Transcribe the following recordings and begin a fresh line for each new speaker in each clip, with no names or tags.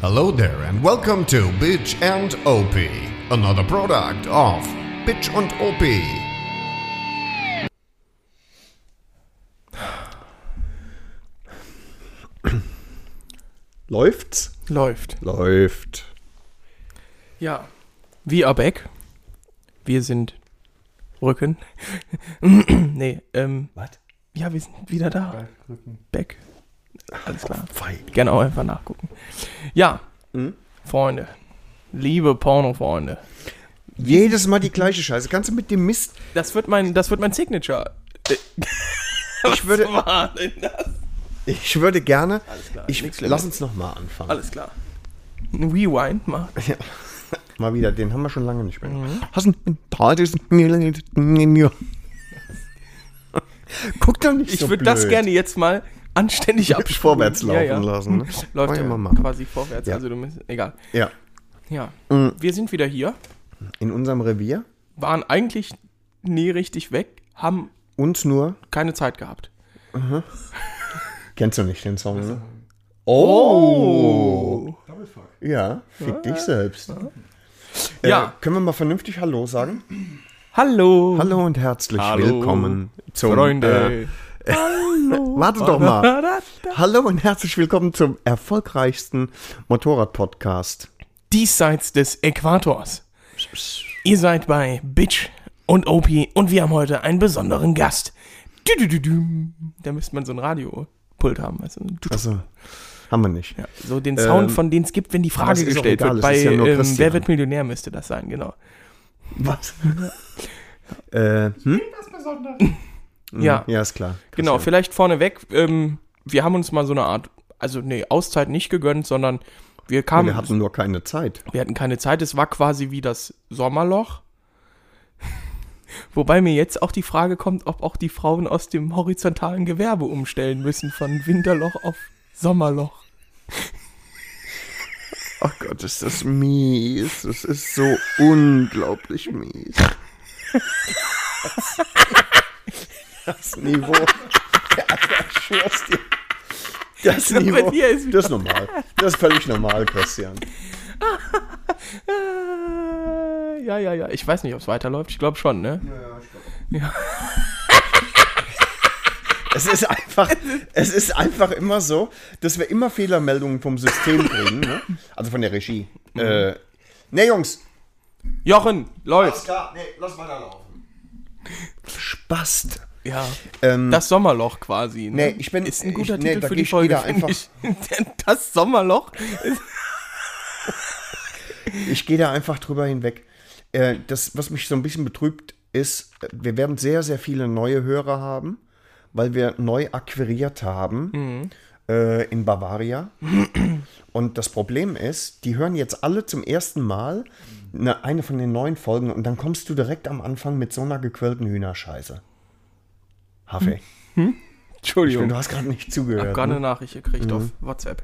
Hello there and welcome to Bitch and OP, another product of Bitch und OP.
Läuft's?
Läuft.
Läuft.
Ja. We are back. Wir sind Rücken. nee, ähm,
Was?
ja, wir sind wieder da. Back. Alles klar.
Fein.
Gerne auch einfach nachgucken. Ja,
Mhm.
Freunde. Liebe Porno-Freunde.
Jedes Mal die gleiche Scheiße. Kannst du mit dem Mist.
Das wird mein, das wird mein Signature.
Ich würde,
War denn das?
ich würde gerne.
klar,
Ich,
nix
lass
Schlimmes.
uns nochmal anfangen.
Alles klar. Ein Rewind mal.
Ja. Mal wieder, den haben wir schon lange nicht mehr. Mhm. Guck doch nicht
Ich
so
würde das
blöd.
gerne jetzt mal anständig abspielen.
vorwärts laufen
ja, ja.
lassen. Ne?
Läuft
Wollen
ja
wir mal machen.
quasi vorwärts.
Ja.
Also du musst, egal.
Ja,
Ja.
Mm.
Wir sind wieder hier.
in unserem Revier
waren eigentlich nie richtig weg, haben
und nur.
keine Zeit gehabt.
Kennst du nicht den Song? Ne? Oh! Ja, fick dich selbst.
Ja.
Äh, können wir mal vernünftig Hallo sagen?
Hallo,
Hallo und herzlich
Hallo,
willkommen zum Äh,
Freunde.
wartet doch mal. Hallo und herzlich willkommen zum erfolgreichsten Motorrad-Podcast.
Diesseits des Äquators. Ihr seid bei Bitch und OP und wir haben heute einen besonderen Gast. Düdüdüdüm. Da müsste man so ein Radiopult haben. Weißt du? Tut-
Also haben wir nicht.
Ja, so den Sound,
Ähm,
von den es gibt, wenn die
das
Frage
ist auch
gestellt
egal,
wird.
es
Bei
ist ja nur
ähm,
Christian.
Wer wird Millionär müsste das sein, genau.
Was? äh, hm? Mhm.
Ja,
Ja, ist klar.
Genau, vielleicht vorneweg, ähm, wir haben uns mal so eine Art, also nee, Auszeit nicht gegönnt, sondern wir kamen,
Wir hatten nur keine Zeit.
wir hatten keine Zeit, es war quasi wie das Sommerloch. Wobei mir jetzt auch die Frage kommt, ob auch die Frauen aus dem horizontalen Gewerbe umstellen müssen, von Winterloch auf Sommerloch.
Oh Gott, ist das mies. Das ist so unglaublich mies. Das Niveau. Ja, ich schwör's dir. Das
bei
Niveau.
dir ist wieder-
Das ist normal. Das ist völlig normal, Christian.
Äh, ja, ja, ja, ich weiß nicht, ob es weiterläuft, ich glaube schon, ne?
Es ist einfach, es ist einfach immer so, dass wir immer Fehlermeldungen vom System kriegen. Ne? Also von der Regie. Äh, ne, Jungs.
Jochen, läuft!
klar. Nee, lass weiterlaufen. Spast.
Ja,
Ähm,
das Sommerloch quasi. Ne?
Nee, ich bin-
ist ein guter
ich- nee,
Titel
da
für
geh
die
ich
Folge.
wieder
finde ich. Das Sommerloch
ich gehe da einfach drüber hinweg. Äh, das, was mich so ein bisschen betrübt, ist, äh, wir werden sehr, sehr viele neue Hörer haben, weil wir neu akquiriert
Mhm.
haben äh, in Bavaria. Und das Problem ist, die hören jetzt alle zum ersten Mal eine, eine von den neuen Folgen und dann kommst du direkt am Anfang mit so einer gequälten Hühnerscheiße. Hafe, ich
Entschuldigung.
finde, du hast gerade nicht zugehört.
Ich habe Hm. gerade
ne?
eine Nachricht gekriegt auf WhatsApp.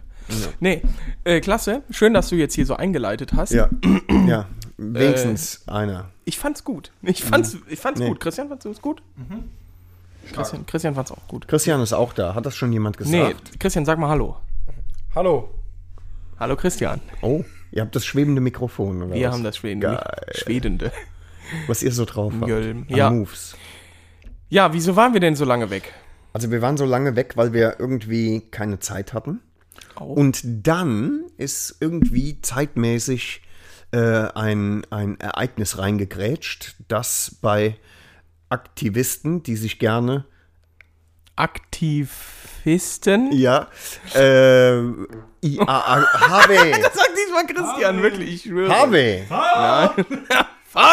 Nee, äh, klasse. Schön, dass du jetzt hier so eingeleitet hast.
Ja, ja, wenigstens einer.
Ich fand's gut. Ich fand's, ich fand's
Mhm. Nee.
gut. Christian fand's gut? Christian, Christian fand's auch gut.
Christian ist auch da. Hat das schon jemand
Nee,
gesagt?
Christian, sag mal Hallo.
Hallo.
Hallo Christian.
Oh, ihr habt das schwebende Mikrofon, oder
Wir
was?
haben das Schwedende.
Geil.
Schwedende.
Was ihr so drauf habt.
Gölm.
An
Ja.
Moves.
Ja, wieso waren wir denn so lange weg?
Also wir waren so lange weg, weil wir irgendwie keine Zeit hatten.
Oh.
Und dann ist irgendwie zeitmäßig äh, ein, ein Ereignis reingegrätscht, das bei Aktivisten, die sich gerne,
Aktivisten?
ja, äh, IAA, HW,
Sag diesmal Christian, wirklich. Ich schwöre.
HW,
Fahr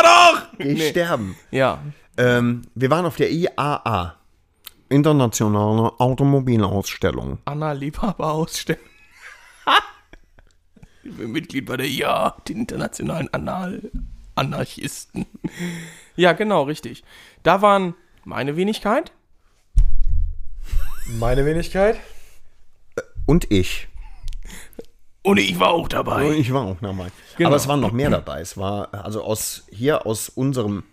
doch!
geh sterben.
Ja,
Ähm, wir waren auf der IAA, Internationale Automobilausstellung.
Anna Liebhaber ausstellen. ich bin Mitglied bei der IA, den internationalen Anal Anarchisten. ja, genau, richtig. Da waren meine Wenigkeit,
Meine Wenigkeit.
Äh, Und ich.
und ich war auch
Und
dabei.
Ich war auch dabei.
Genau.
Aber es waren noch mehr dabei. Es war also aus hier aus unserem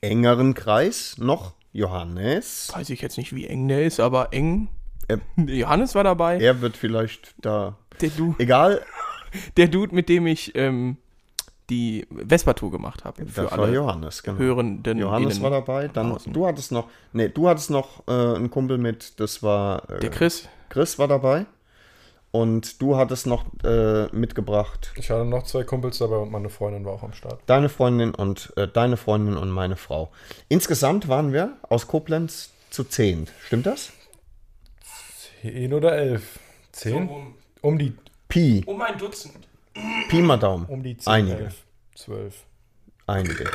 engeren Kreis noch Johannes.
Weiß ich jetzt nicht, wie eng der ist, aber eng.
Er,
Johannes war dabei.
er wird vielleicht da.
Der, du.
Egal.
der Dude, mit dem ich ähm, die Vespa-Tour gemacht habe. Für
Das war
alle
Johannes, genau.
Hörenden.
Johannes
innen.
war dabei, dann
draußen.
du hattest noch, nee, du hattest noch äh, einen Kumpel mit, das war äh,
Der Chris.
Chris war dabei und du hattest noch äh, mitgebracht
Ich hatte noch zwei Kumpels dabei und meine Freundin war auch am Start.
deine Freundin und äh, deine Freundin und meine Frau. Insgesamt waren wir aus Koblenz zu zehn, stimmt das?
Zehn oder elf? Zehn? um die,
Pi,
Um ein Dutzend.
Pi mal Daumen.
um die zehn,
einige,
elf, zwölf.
einige.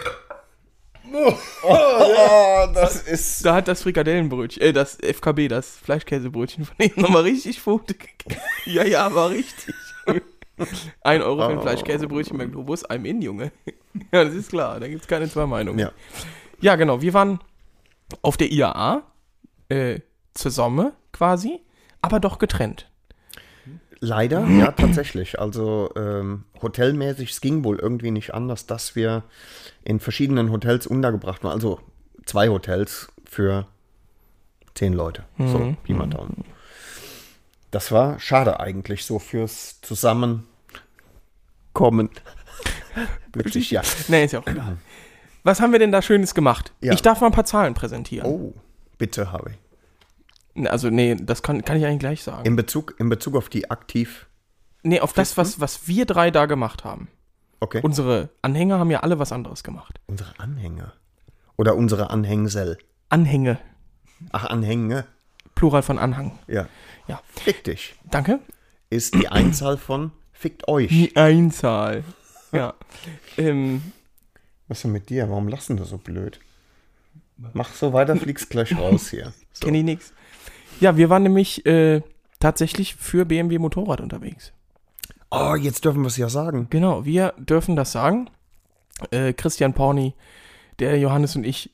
Oh, das ist
Da hat das Frikadellenbrötchen, äh, das FKB, das Fleischkäsebrötchen von eben nochmal richtig Pfote gekriegt. Ja, ja, war richtig. Ein Euro für
Oh.
ein Fleischkäsebrötchen beim Globus, I'm in, Junge. Ja, das ist klar, da gibt's keine zwei Meinungen.
ja.
Ja, genau. Wir waren auf der IAA äh, zusammen quasi, aber doch getrennt.
Leider, ja, tatsächlich. Also ähm, hotelmäßig, es ging wohl irgendwie nicht anders, dass wir in verschiedenen Hotels untergebracht waren. Also zwei Hotels für zehn Leute. So, Pi mal Daumen. Das war schade eigentlich, so fürs Zusammenkommen. Wirklich, ja.
Nee, ist ja auch egal. Was haben wir denn da Schönes gemacht?
Ja.
Ich darf mal ein paar Zahlen präsentieren.
Oh, bitte, Harvey. Oh.
Also, nee, das kann, kann ich eigentlich gleich sagen.
In Bezug, in Bezug auf die aktiv.
nee, auf das, was, was wir drei da gemacht haben.
Okay.
Unsere Anhänger haben ja alle was anderes gemacht.
unsere Anhänger. Oder unsere Anhängsel.
Anhänge.
Ach, Anhänge.
Plural von Anhang.
Ja.
Ja.
Fick dich.
Danke.
ist die Einzahl von fickt euch.
Die Einzahl. Ja. ähm,
Was ist denn mit dir? Warum lassen du so blöd? Mach so weiter, fliegst gleich raus hier. So.
Kenne ich nix. Ja, wir waren nämlich äh, tatsächlich für BMW Motorrad unterwegs.
Oh, jetzt dürfen wir es ja sagen.
Genau, wir dürfen das sagen. Äh, Christian Porni, der Johannes und ich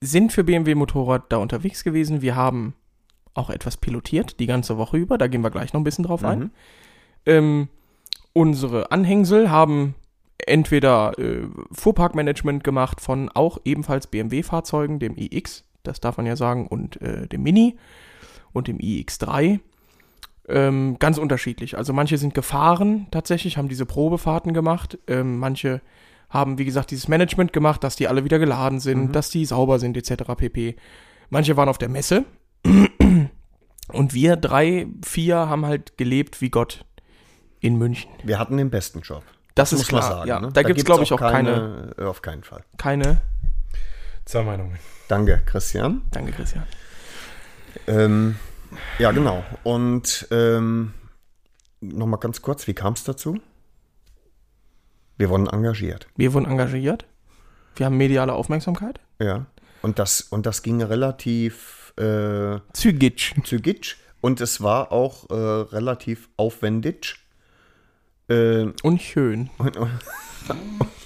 sind für BMW Motorrad da unterwegs gewesen. Wir haben auch etwas pilotiert die ganze Woche über. Da gehen wir gleich noch ein bisschen drauf ein.
Mhm.
Ähm, unsere Anhängsel haben entweder äh, Fuhrparkmanagement gemacht von auch ebenfalls BMW-Fahrzeugen, dem iX, das darf man ja sagen, und äh, dem Mini und dem iX3. Ähm, ganz unterschiedlich. Also manche sind gefahren tatsächlich, haben diese Probefahrten gemacht. Ähm, manche haben, wie gesagt, dieses Management gemacht, dass die alle wieder geladen sind, dass die sauber sind, etc. pp. Manche waren auf der Messe. Und wir drei, vier haben halt gelebt wie Gott in München.
Wir hatten den besten Job.
Das, ist klar. ja.
ne?
Da, gibt es, glaube ich, auch keine,
keine. Auf keinen Fall.
keine.
Zwei Meinungen.
Danke, Christian.
Danke, Christian.
Ähm, ja, genau. Und ähm, nochmal ganz kurz, wie kam es dazu? Wir wurden engagiert.
Wir wurden engagiert. Wir haben mediale Aufmerksamkeit.
Ja. Und das, und das ging relativ. Äh,
Zügig.
zügig und es war auch äh, relativ aufwendig. Äh,
Und schön.
und, und,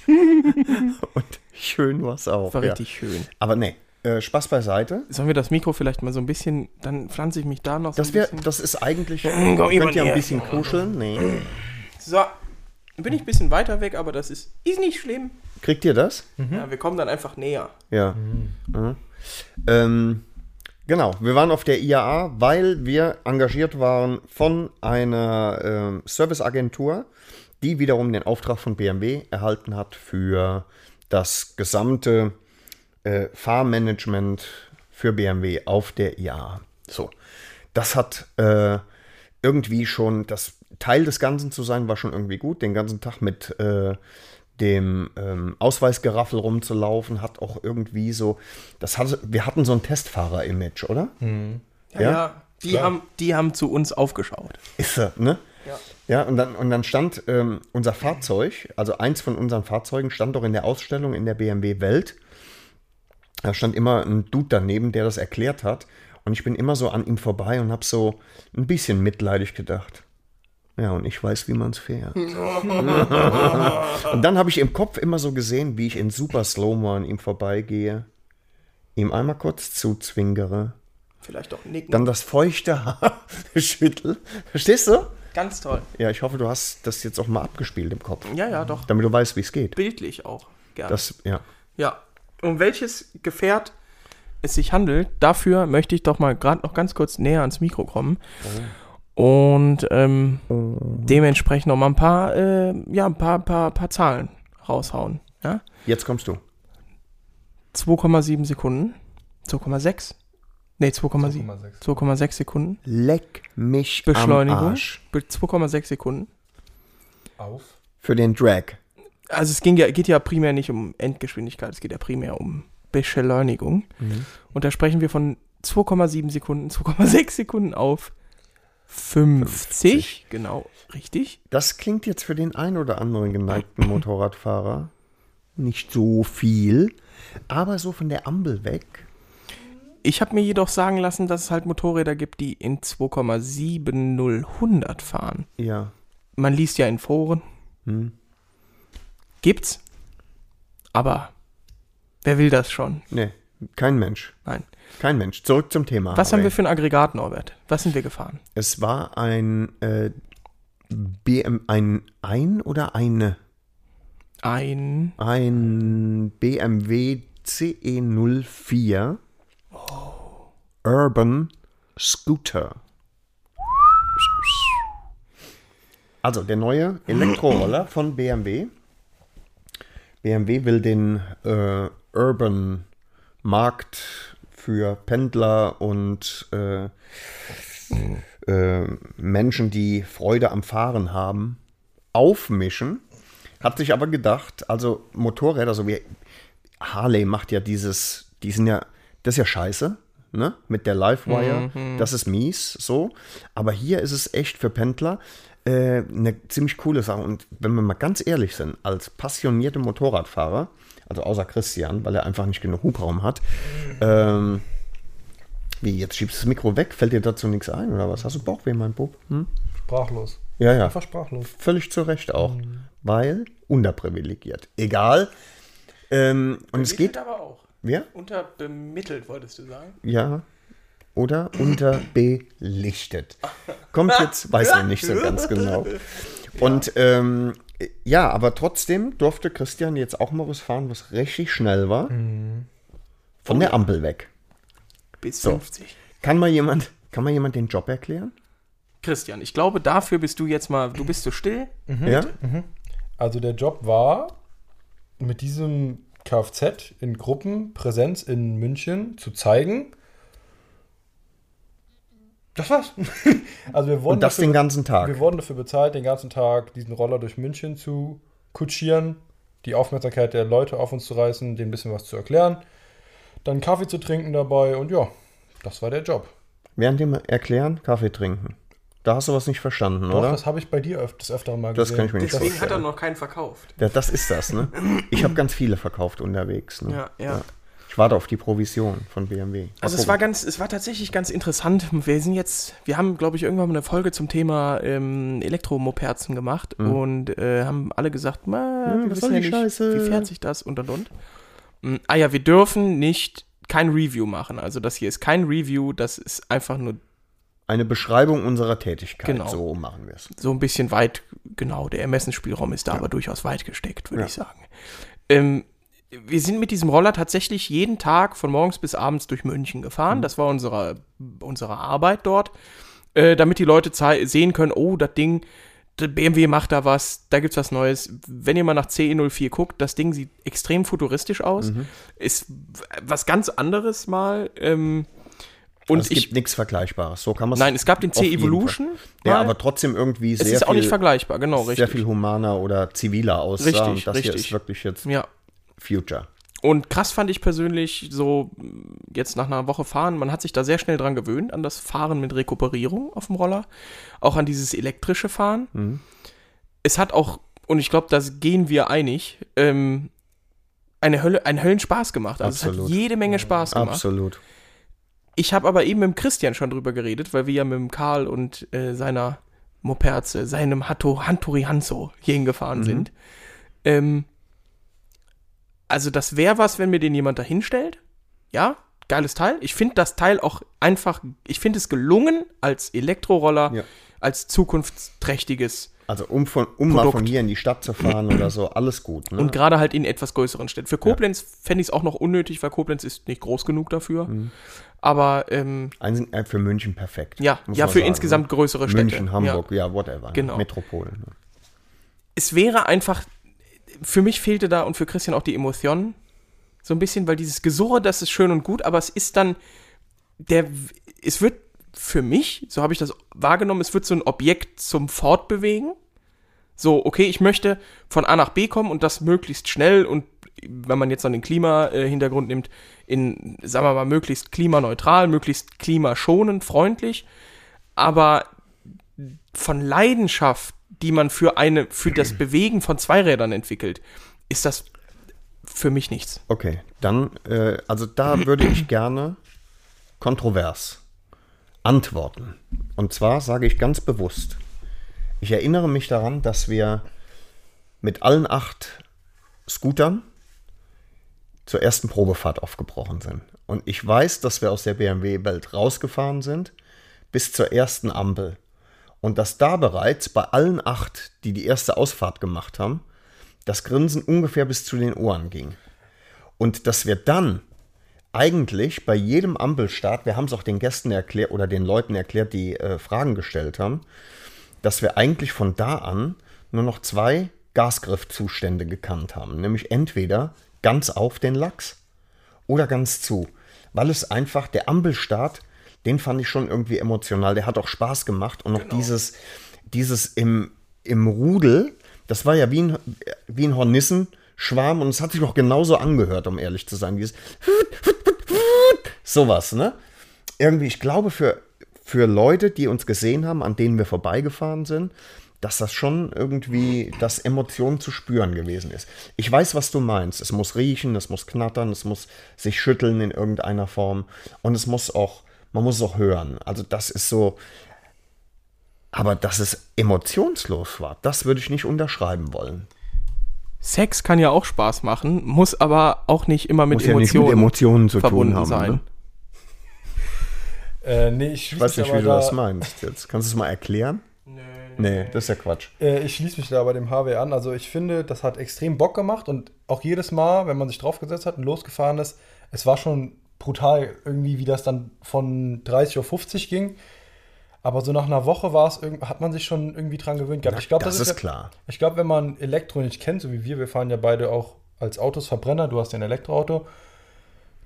und schön war es auch.
War
ja.
richtig schön.
Aber nee, äh, Spaß beiseite.
Sollen wir das Mikro vielleicht mal so ein bisschen, dann pflanze ich mich da noch so
Das,
ein
wär,
bisschen.
das ist eigentlich.
komm, Ivan,
könnt ihr ein
hier.
bisschen kuscheln? Nee.
So, bin ich ein bisschen weiter weg, aber das ist, ist nicht schlimm.
Kriegt ihr das?
Ja, wir kommen dann einfach näher.
Ja. Mhm. Ähm, genau, wir waren auf der IAA, weil wir engagiert waren von einer ähm, Serviceagentur, die wiederum den Auftrag von BMW erhalten hat für das gesamte äh, Fahrmanagement für BMW auf der IAA. So, das hat äh, irgendwie schon, das Teil des Ganzen zu sein, war schon irgendwie gut. Den ganzen Tag mit äh, dem ähm, Ausweisgeraffel rumzulaufen, hat auch irgendwie so, das hatte, wir hatten so ein Testfahrer-Image, oder? Ja?
die, Haben, die haben zu uns aufgeschaut.
Ist er, ne?
Ja.
Ja, und dann, und dann stand ähm, unser Fahrzeug, also eins von unseren Fahrzeugen, stand doch in der Ausstellung in der BMW Welt. Da stand immer ein Dude daneben, der das erklärt hat. Und ich bin immer so an ihm vorbei und habe so ein bisschen mitleidig gedacht. Ja, und ich weiß, wie man es fährt. und dann habe ich im Kopf immer so gesehen, wie ich in super Slow-Mo an ihm vorbeigehe, ihm einmal kurz zuzwinkere,
Vielleicht auch nicken.
dann das feuchte Haar schüttel. Verstehst du?
Ganz toll.
Ja, ich hoffe, du hast das jetzt auch mal abgespielt im Kopf,
Ja, ja, doch.
damit du weißt, wie es geht.
Bildlich auch. Gerne.
Das, ja.
Ja. Um welches Gefährt es sich handelt, dafür möchte ich doch mal gerade noch ganz kurz näher ans Mikro kommen.
Oh.
Und ähm, dementsprechend nochmal ein paar, äh, ja, ein paar, paar, paar Zahlen raushauen. Ja?
Jetzt kommst du.
2,7 Sekunden. 2,6? Nee, 2,7. 2,6 Sekunden.
Leck mich am
Beschleunigung.
Arsch.
Be- 2,6 Sekunden.
Auf.
Für den Drag.
Also es ging ja, geht ja primär nicht um Endgeschwindigkeit, es geht ja primär um Beschleunigung.
Mhm.
Und da sprechen wir von 2,7 Sekunden, 2,6 Sekunden auf 50. Genau, richtig.
Das klingt jetzt für den ein oder anderen geneigten Motorradfahrer nicht so viel, aber so von der Ampel weg.
Ich habe mir jedoch sagen lassen, dass es halt Motorräder gibt, die in 2,70100 fahren.
Ja.
Man liest ja in Foren.
Mhm.
Gibt's. Aber wer will das schon?
Nee, kein Mensch.
Nein.
Kein Mensch. Zurück zum Thema.
Was haben
Harvey.
wir für ein Aggregat, Norbert? Was sind wir gefahren?
Es war ein äh, BM, ein ein oder eine?
Ein.
Ein BMW E CE04 Urban Scooter. Also der neue Elektroroller von BMW. BMW will den äh, Urban Markt für Pendler und äh, äh, Menschen, die Freude am Fahren haben, aufmischen. Hat sich aber gedacht, also Motorräder, so wie Harley macht ja dieses, die sind ja, das ist ja scheiße, ne? Mit der Livewire, das ist mies, so. Aber hier ist es echt für Pendler äh, eine ziemlich coole Sache. Und wenn wir mal ganz ehrlich sind, als passionierte Motorradfahrer, also außer Christian, weil er einfach nicht genug Hubraum hat, ähm, wie, jetzt schiebst du das Mikro weg, fällt dir dazu nichts ein oder was? Hast du Bauchweh, mein Bub? Hm?
Sprachlos.
Ja, ja
Einfach sprachlos.
völlig zu Recht auch,
Mhm.
weil unterprivilegiert. Egal. Ähm, und es geht,
aber auch.
ja,
Unterbemittelt, wolltest du sagen?
ja, oder unterbelichtet. Kommt jetzt, weiß man nicht so ganz genau. Und ähm, ja, aber trotzdem durfte Christian jetzt auch mal was fahren, was richtig schnell war.
Mhm.
Von der Ampel weg.
Bis
So.
50.
Kann mal jemand, kann mal jemand den Job erklären?
Christian, ich glaube, dafür bist du jetzt mal. Du bist so still.
Mhm.
Ja?
Also der Job war, mit diesem Kfz in Gruppen Präsenz in München zu zeigen. Das war's. also wir wurden
Und das
dafür,
den ganzen
wir
Tag.
wurden dafür bezahlt, den ganzen Tag diesen Roller durch München zu kutschieren, die Aufmerksamkeit der Leute auf uns zu reißen, denen ein bisschen was zu erklären, dann Kaffee zu trinken dabei und ja, das war der Job.
Während dem Erklären, Kaffee trinken. Da hast du was nicht verstanden,
Doch,
oder?
das habe ich bei dir öf des Öfteren mal
Das
gesehen.
kann ich mir nicht
Deswegen hat er
vorstellen.
noch keinen verkauft.
Ja, das ist das, ne? Ich habe ganz viele verkauft unterwegs. Ne?
Ja, ja.
Ich warte auf die Provision von BMW. Mal
Also es
gucken.
war ganz, es war tatsächlich ganz interessant. Wir sind jetzt, wir haben, glaube ich, irgendwann mal eine Folge zum Thema ähm, Elektromopedzen gemacht und äh, haben alle gesagt, "Ma, wir
Mhm. was
wissen
soll
ja
die
nicht,
Scheiße?"
wie fährt sich das und und und. Mm, Ah ja, wir dürfen nicht kein Review machen. Also das hier ist kein Review, das ist einfach nur
eine Beschreibung unserer Tätigkeit.
Genau.
So machen wir es.
so ein bisschen weit, genau, der Ermessensspielraum ist da aber durchaus weit gesteckt, würde ich sagen. Ähm, wir sind mit diesem Roller tatsächlich jeden Tag von morgens bis abends durch München
Mhm.
gefahren. Das war unsere, unsere Arbeit dort, äh, damit die Leute zei- sehen können, oh, das Ding, der BMW macht da was, da gibt's was Neues. Wenn ihr mal nach CE04 guckt, das Ding sieht extrem futuristisch aus,
Mhm.
ist w- was ganz anderes mal. Ähm, und
Also es
ich,
gibt nichts Vergleichbares. So kann man
nein, es gab den
auf jeden
C-Evolution.
Fall. Der
mal.
aber trotzdem irgendwie
es
sehr,
ist auch
viel,
nicht vergleichbar, genau, richtig.
sehr viel humaner oder ziviler aussah.
Richtig,
Und das hier
richtig.
ist wirklich jetzt
Ja.
Future.
Und krass fand ich persönlich so mh, jetzt nach einer Woche fahren, man hat sich da sehr schnell dran gewöhnt, an das Fahren mit Rekuperierung auf dem Roller, auch an dieses elektrische Fahren.
Mhm.
Es hat auch, und ich glaube, das gehen wir einig, ähm, eine Hölle, einen Höllenspaß gemacht. Also
Absolut. Mhm.
es hat jede Menge Spaß gemacht.
Absolut.
Ich habe aber eben mit dem Christian schon drüber geredet, weil wir ja mit dem Karl und äh, seiner Moperze, seinem Hatto Hantori Hanzo hierhin
Mhm.
gefahren sind. Ähm, also das wäre was, wenn mir den jemand da hinstellt. Ja, geiles Teil. Ich finde das Teil auch einfach, ich finde es gelungen als Elektroroller,
Ja.
als zukunftsträchtiges
Also um, von, um mal
Produkt.
von hier in die Stadt zu fahren oder so, alles gut. Ne?
Und gerade halt in etwas größeren Städten. Für Koblenz fände ich es auch noch unnötig, weil Koblenz ist nicht groß genug dafür.
Mhm.
Aber ähm,
Einzig- äh, für München perfekt.
ja,
muss
ja
man
für
sagen,
insgesamt
ne?
größere Städte.
München, Hamburg,
Ja.
ja, whatever. ne?
Genau.
Metropolen. Ne?
Es wäre einfach, für mich fehlte da und für Christian auch die Emotion so ein bisschen, weil dieses Gesurre, das ist schön und gut, aber es ist dann, der, es wird für mich, so habe ich das wahrgenommen, es wird so ein Objekt zum Fortbewegen. So, okay, ich möchte von A nach B kommen und das möglichst schnell und wenn man jetzt noch den Klima-Hintergrund nimmt, in, sagen wir mal, möglichst klimaneutral, möglichst klimaschonend, freundlich, aber von Leidenschaft, die man für eine, für das Bewegen von Zweirädern entwickelt, ist das für mich nichts.
Okay, dann, äh, also da würde ich gerne kontrovers antworten. Und zwar sage ich ganz bewusst, ich erinnere mich daran, dass wir mit allen acht Scootern zur ersten Probefahrt aufgebrochen sind. Und ich weiß, dass wir aus der BMW-Welt rausgefahren sind bis zur ersten Ampel. Und dass da bereits bei allen acht, die die erste Ausfahrt gemacht haben, das Grinsen ungefähr bis zu den Ohren ging. Und dass wir dann eigentlich bei jedem Ampelstart, wir haben es auch den Gästen erklärt oder den Leuten erklärt, die äh, Fragen gestellt haben, dass wir eigentlich von da an nur noch zwei Gasgriffzustände gekannt haben. Nämlich entweder ganz auf den Lachs oder ganz zu. Weil es einfach, der Ampelstart, den fand ich schon irgendwie emotional. Der hat auch Spaß gemacht. Und noch dieses, dieses im, im Rudel, das war ja wie ein, wie ein Hornissenschwarm. Und es hat sich auch genauso angehört, um ehrlich zu sein. Dieses sowas, ne? Irgendwie, ich glaube, für, für Leute, die uns gesehen haben, an denen wir vorbeigefahren sind, dass das schon irgendwie, dass Emotionen zu spüren gewesen ist. Ich weiß, was du meinst. Es muss riechen, es muss knattern, es muss sich schütteln in irgendeiner Form und es muss auch, man muss es auch hören. Also das ist so, aber dass es emotionslos war, das würde ich nicht unterschreiben wollen.
Sex kann ja auch Spaß machen, muss aber auch nicht immer mit,
Muss ja nicht mit
Emotionen,
Emotionen zu tun
verbunden
haben,
sein.
ne?
Äh, nee, ich
Ich
schließe
weiß
mich
nicht, wie du
aber
das
da,
meinst jetzt. Kannst du es mal erklären? Nee, das ist ja Quatsch.
äh, ich schließe mich da bei dem HW an. Also ich finde, das hat extrem Bock gemacht und auch jedes Mal, wenn man sich draufgesetzt hat und losgefahren ist, es war schon brutal irgendwie, wie das dann von 30 auf 50 ging. Aber so nach einer Woche war es irgend- hat man sich schon irgendwie dran gewöhnt gehabt. Ich glaube,
das ist
ja-
klar.
Ich glaube, wenn man Elektro nicht kennt, so wie wir, wir fahren ja beide auch als Autos Verbrenner, du hast ja ein Elektroauto,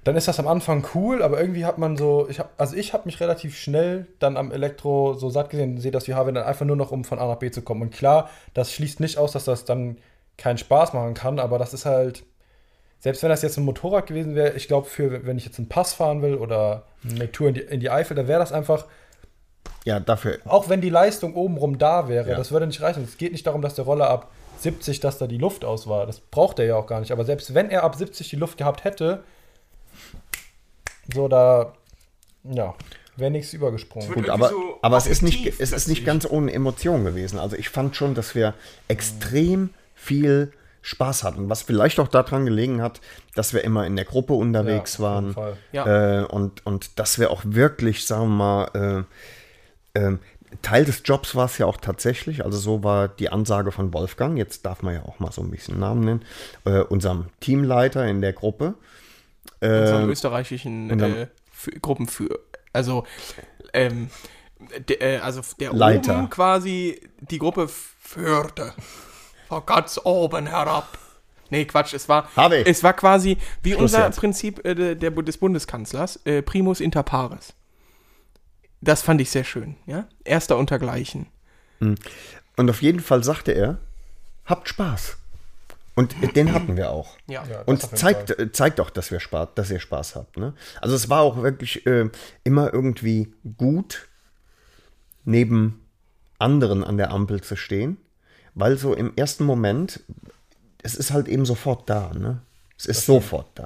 dann ist das am Anfang cool, aber irgendwie hat man so, ich hab, also ich habe mich relativ schnell dann am Elektro so satt gesehen, sehe das VW dann einfach nur noch, um von A nach B zu kommen. Und klar, das schließt nicht aus, dass das dann keinen Spaß machen kann, aber das ist halt, selbst wenn das jetzt ein Motorrad gewesen wäre, ich glaube, für wenn ich jetzt einen Pass fahren will oder eine Tour in die, in die Eifel, dann wäre das einfach,
Ja, dafür
auch wenn die Leistung obenrum da wäre,
Ja.
das würde nicht reichen. Es geht nicht darum, dass der Roller ab 70, dass da die Luft aus war. Das braucht er ja auch gar nicht. Aber selbst wenn er ab 70 die Luft gehabt hätte, so da, ja, wäre nichts übergesprungen.
Gut,
Irgendwie
aber,
so
aber es ist nicht,
affektiv
es ist nicht
plötzlich.
ganz ohne Emotion gewesen. Also ich fand schon, dass wir extrem viel Spaß hatten, was vielleicht auch daran gelegen hat, dass wir immer in der Gruppe unterwegs
Ja, auf
waren
jeden Fall.
Ja.
äh, und, und dass wir auch wirklich, sagen wir mal, äh, ähm, Teil des Jobs war es ja auch tatsächlich, also so war die Ansage von Wolfgang, jetzt darf man ja auch mal so ein bisschen Namen nennen, äh, unserem Teamleiter in der Gruppe,
In so einem österreichischen
Äh, dann-
äh, für, Gruppen für, also, ähm, der, äh, also der
Leiter.
oben quasi die Gruppe führte. Von ganz oben herab. Nee, Quatsch, es war,
Harvey.
es war quasi wie unser
jetzt.
Prinzip äh, der, der, des Bundeskanzlers, äh, Primus inter pares. Das fand ich sehr schön, ja? Erster untergleichen.
Und auf jeden Fall sagte er, habt Spaß. Und den hatten wir auch.
Ja. Ja, das
und zeigt, äh, zeigt auch, dass, wir Spaß, dass ihr Spaß habt. Ne? Also es war auch wirklich äh, immer irgendwie gut, neben anderen an der Ampel zu stehen, weil so im ersten Moment, es ist halt eben sofort da. Ne? Es ist sofort da.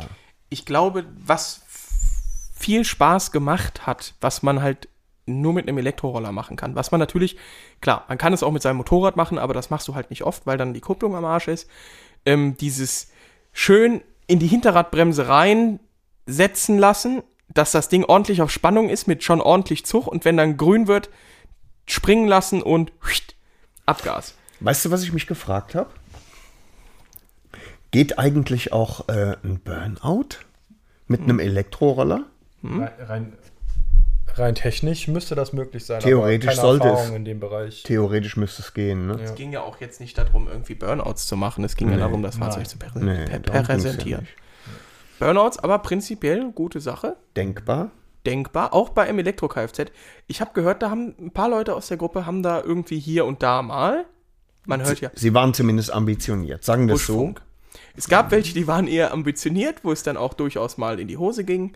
ich glaube, was f- viel Spaß gemacht hat, was man halt nur mit einem Elektroroller machen kann. Was man natürlich, klar, man kann es auch mit seinem Motorrad machen, aber das machst du halt nicht oft, weil dann die Kupplung am Arsch ist. Ähm, dieses schön in die Hinterradbremse reinsetzen lassen, dass das Ding ordentlich auf Spannung ist, mit schon ordentlich Zug und wenn dann grün wird, springen lassen und huiht, Abgas.
Weißt du, was ich mich gefragt habe? Geht eigentlich auch äh, ein Burnout mit einem
Hm.
Elektroroller?
Rein, rein, rein technisch müsste das möglich sein.
Theoretisch sollte es.
Erfahrung in dem Bereich.
Theoretisch müsste es gehen, ne?
Es ging ja auch jetzt nicht darum, irgendwie Burnouts zu machen. Es ging ja darum, das Fahrzeug zu per
Nee,
per
darum ging's ja
präsentieren.
nicht.
Burnouts, aber prinzipiell gute Sache.
Denkbar.
Denkbar. Auch bei einem Elektro-Kfz. Ich habe gehört, da haben ein paar Leute aus der Gruppe haben da irgendwie hier und da mal. Man hört ja.
Sie waren zumindest ambitioniert, sagen wir es so.
Buschfunk. Es gab welche, die waren eher ambitioniert, wo es dann auch durchaus mal in die Hose ging.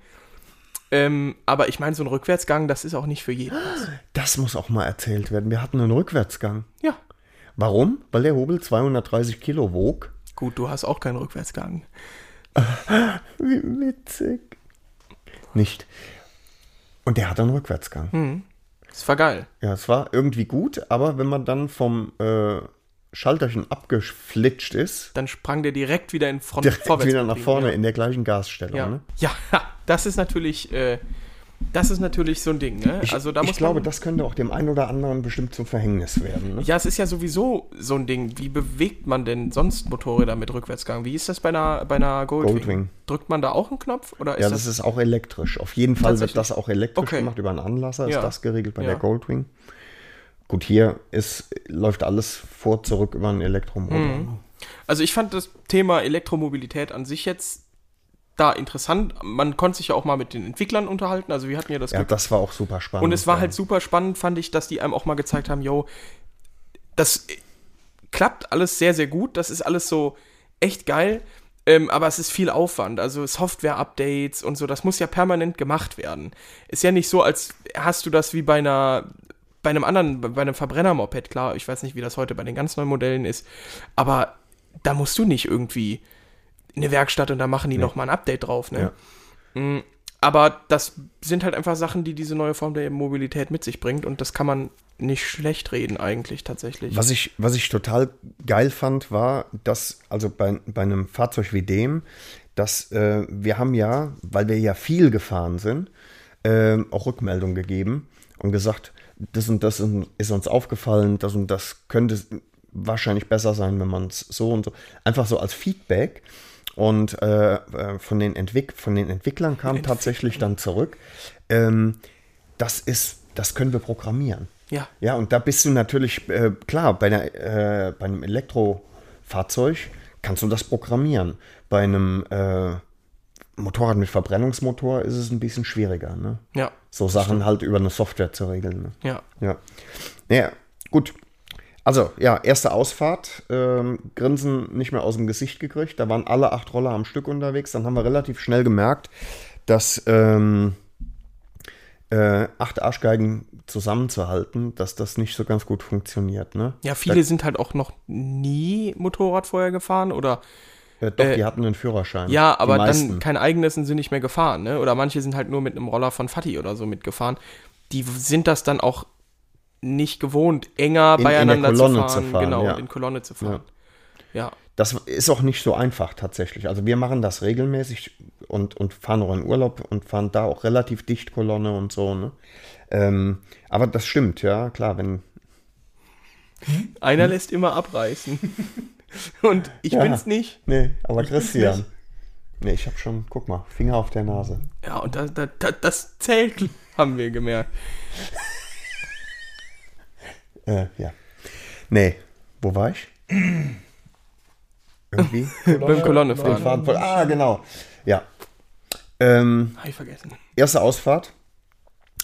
Ähm, aber ich meine, so ein Rückwärtsgang, das ist auch nicht für jeden.
Das muss auch mal erzählt werden. Wir hatten einen Rückwärtsgang.
Ja.
Warum? Weil der Hobel 230 Kilo wog.
Gut, du hast auch keinen Rückwärtsgang.
Wie witzig. Nicht. Und der hat einen Rückwärtsgang.
Hm. Das war geil.
Ja, es war irgendwie gut, aber wenn man dann vom äh, Schalterchen abgeflitscht ist,
Dann sprang der direkt wieder in Front
direkt
vorwärts
wieder nach
getrieben,
vorne in der gleichen Gasstellung.
Ja, ja.
Ne?
ja ha, das ist natürlich, äh, das ist natürlich so ein Ding. Ne?
Ich,
also da
ich
muss
glaube,
man,
das könnte auch dem einen oder anderen bestimmt zum Verhängnis werden. Ne?
ja, es ist ja sowieso so ein Ding. Wie bewegt man denn sonst Motorräder mit Rückwärtsgang? Wie ist das bei einer, bei einer Goldwing?
Goldwing.
Drückt man da auch einen Knopf oder ist
Ja,
das,
das ist auch elektrisch. Auf jeden Fall wird
Tatsächlich?
das auch elektrisch
Okay.
gemacht. Über einen Anlasser
Ja.
ist das geregelt bei
Ja.
der Goldwing. Gut, hier ist, läuft alles vor, zurück über einen Elektromotor.
Also ich fand das Thema Elektromobilität an sich jetzt da interessant. Man konnte sich ja auch mal mit den Entwicklern unterhalten. Also wir hatten ja das
Ja,
Glück.
das war auch super spannend.
Und es war
ja.
halt super spannend, fand ich, dass die einem auch mal gezeigt haben, yo, das äh, klappt alles sehr, sehr gut. Das ist alles so echt geil. Ähm, aber es ist viel Aufwand, also Software-Updates und so, das muss ja permanent gemacht werden. Ist ja nicht so, als hast du das wie bei einer, bei einem anderen, bei einem Verbrenner-Moped, klar, ich weiß nicht, wie das heute bei den ganz neuen Modellen ist, aber da musst du nicht irgendwie in eine Werkstatt und da machen die noch nochmal ein Update drauf, ne?
Ja.
Mm, Aber das sind halt einfach Sachen, die diese neue Form der Mobilität mit sich bringt und das kann man nicht schlecht reden eigentlich tatsächlich.
Was ich, was ich total geil fand, war, dass, also bei, bei einem Fahrzeug wie dem, dass äh, wir haben ja, weil wir ja viel gefahren sind, ähm, auch Rückmeldung gegeben und gesagt, das und das ist uns aufgefallen, das und das könnte wahrscheinlich besser sein, wenn man es so und so, einfach so als Feedback. Und äh, äh, von, den Entwick von den Entwicklern kam tatsächlich dann zurück, ähm, das ist, das können wir programmieren.
Ja.
Ja, und da bist du natürlich, äh, klar, bei, einer, äh, bei einem Elektrofahrzeug kannst du das programmieren. Bei einem äh, Motorrad mit Verbrennungsmotor ist es ein bisschen schwieriger. Ne?
Ja,
So Sachen halt über eine Software zu regeln. Ne?
ja.
Ja. Naja, gut. Also, ja, erste Ausfahrt. Ähm, Grinsen nicht mehr aus dem Gesicht gekriegt. Da waren alle acht Roller am Stück unterwegs. Dann haben wir relativ schnell gemerkt, dass ähm, äh, acht Arschgeigen zusammenzuhalten, dass das nicht so ganz gut funktioniert. Ne?
Ja, viele sind halt auch noch nie Motorrad vorher gefahren oder
Äh, doch, die hatten einen Führerschein.
ja, aber
die
dann
meisten.
kein eigenes und sind nicht mehr gefahren, ne? Oder manche sind halt nur mit einem Roller von Fatih oder so mitgefahren. Die sind das dann auch nicht gewohnt, enger
in der
beieinander zu,
Kolonne
fahren,
zu fahren,
genau,
ja.
in Kolonne zu fahren. Ja,
Das ist auch nicht so einfach tatsächlich. Also wir machen das regelmäßig und, und fahren auch in Urlaub und fahren da auch relativ dicht Kolonne und so. Ne? Ähm, aber das stimmt, ja, klar, wenn.
einer lässt immer abreißen. und ich
Ja.
bin's nicht.
Nee, aber Christian. Nee, ich habe schon, guck mal, Finger auf der Nase.
Ja, und da, da, da, das zählt, haben wir gemerkt.
Äh, ja. Nee, wo war ich? Irgendwie?
Beim Kolonne fahren.
Fahren voll. Ah, genau. Ja. Ähm,
Hab ich vergessen.
erste Ausfahrt.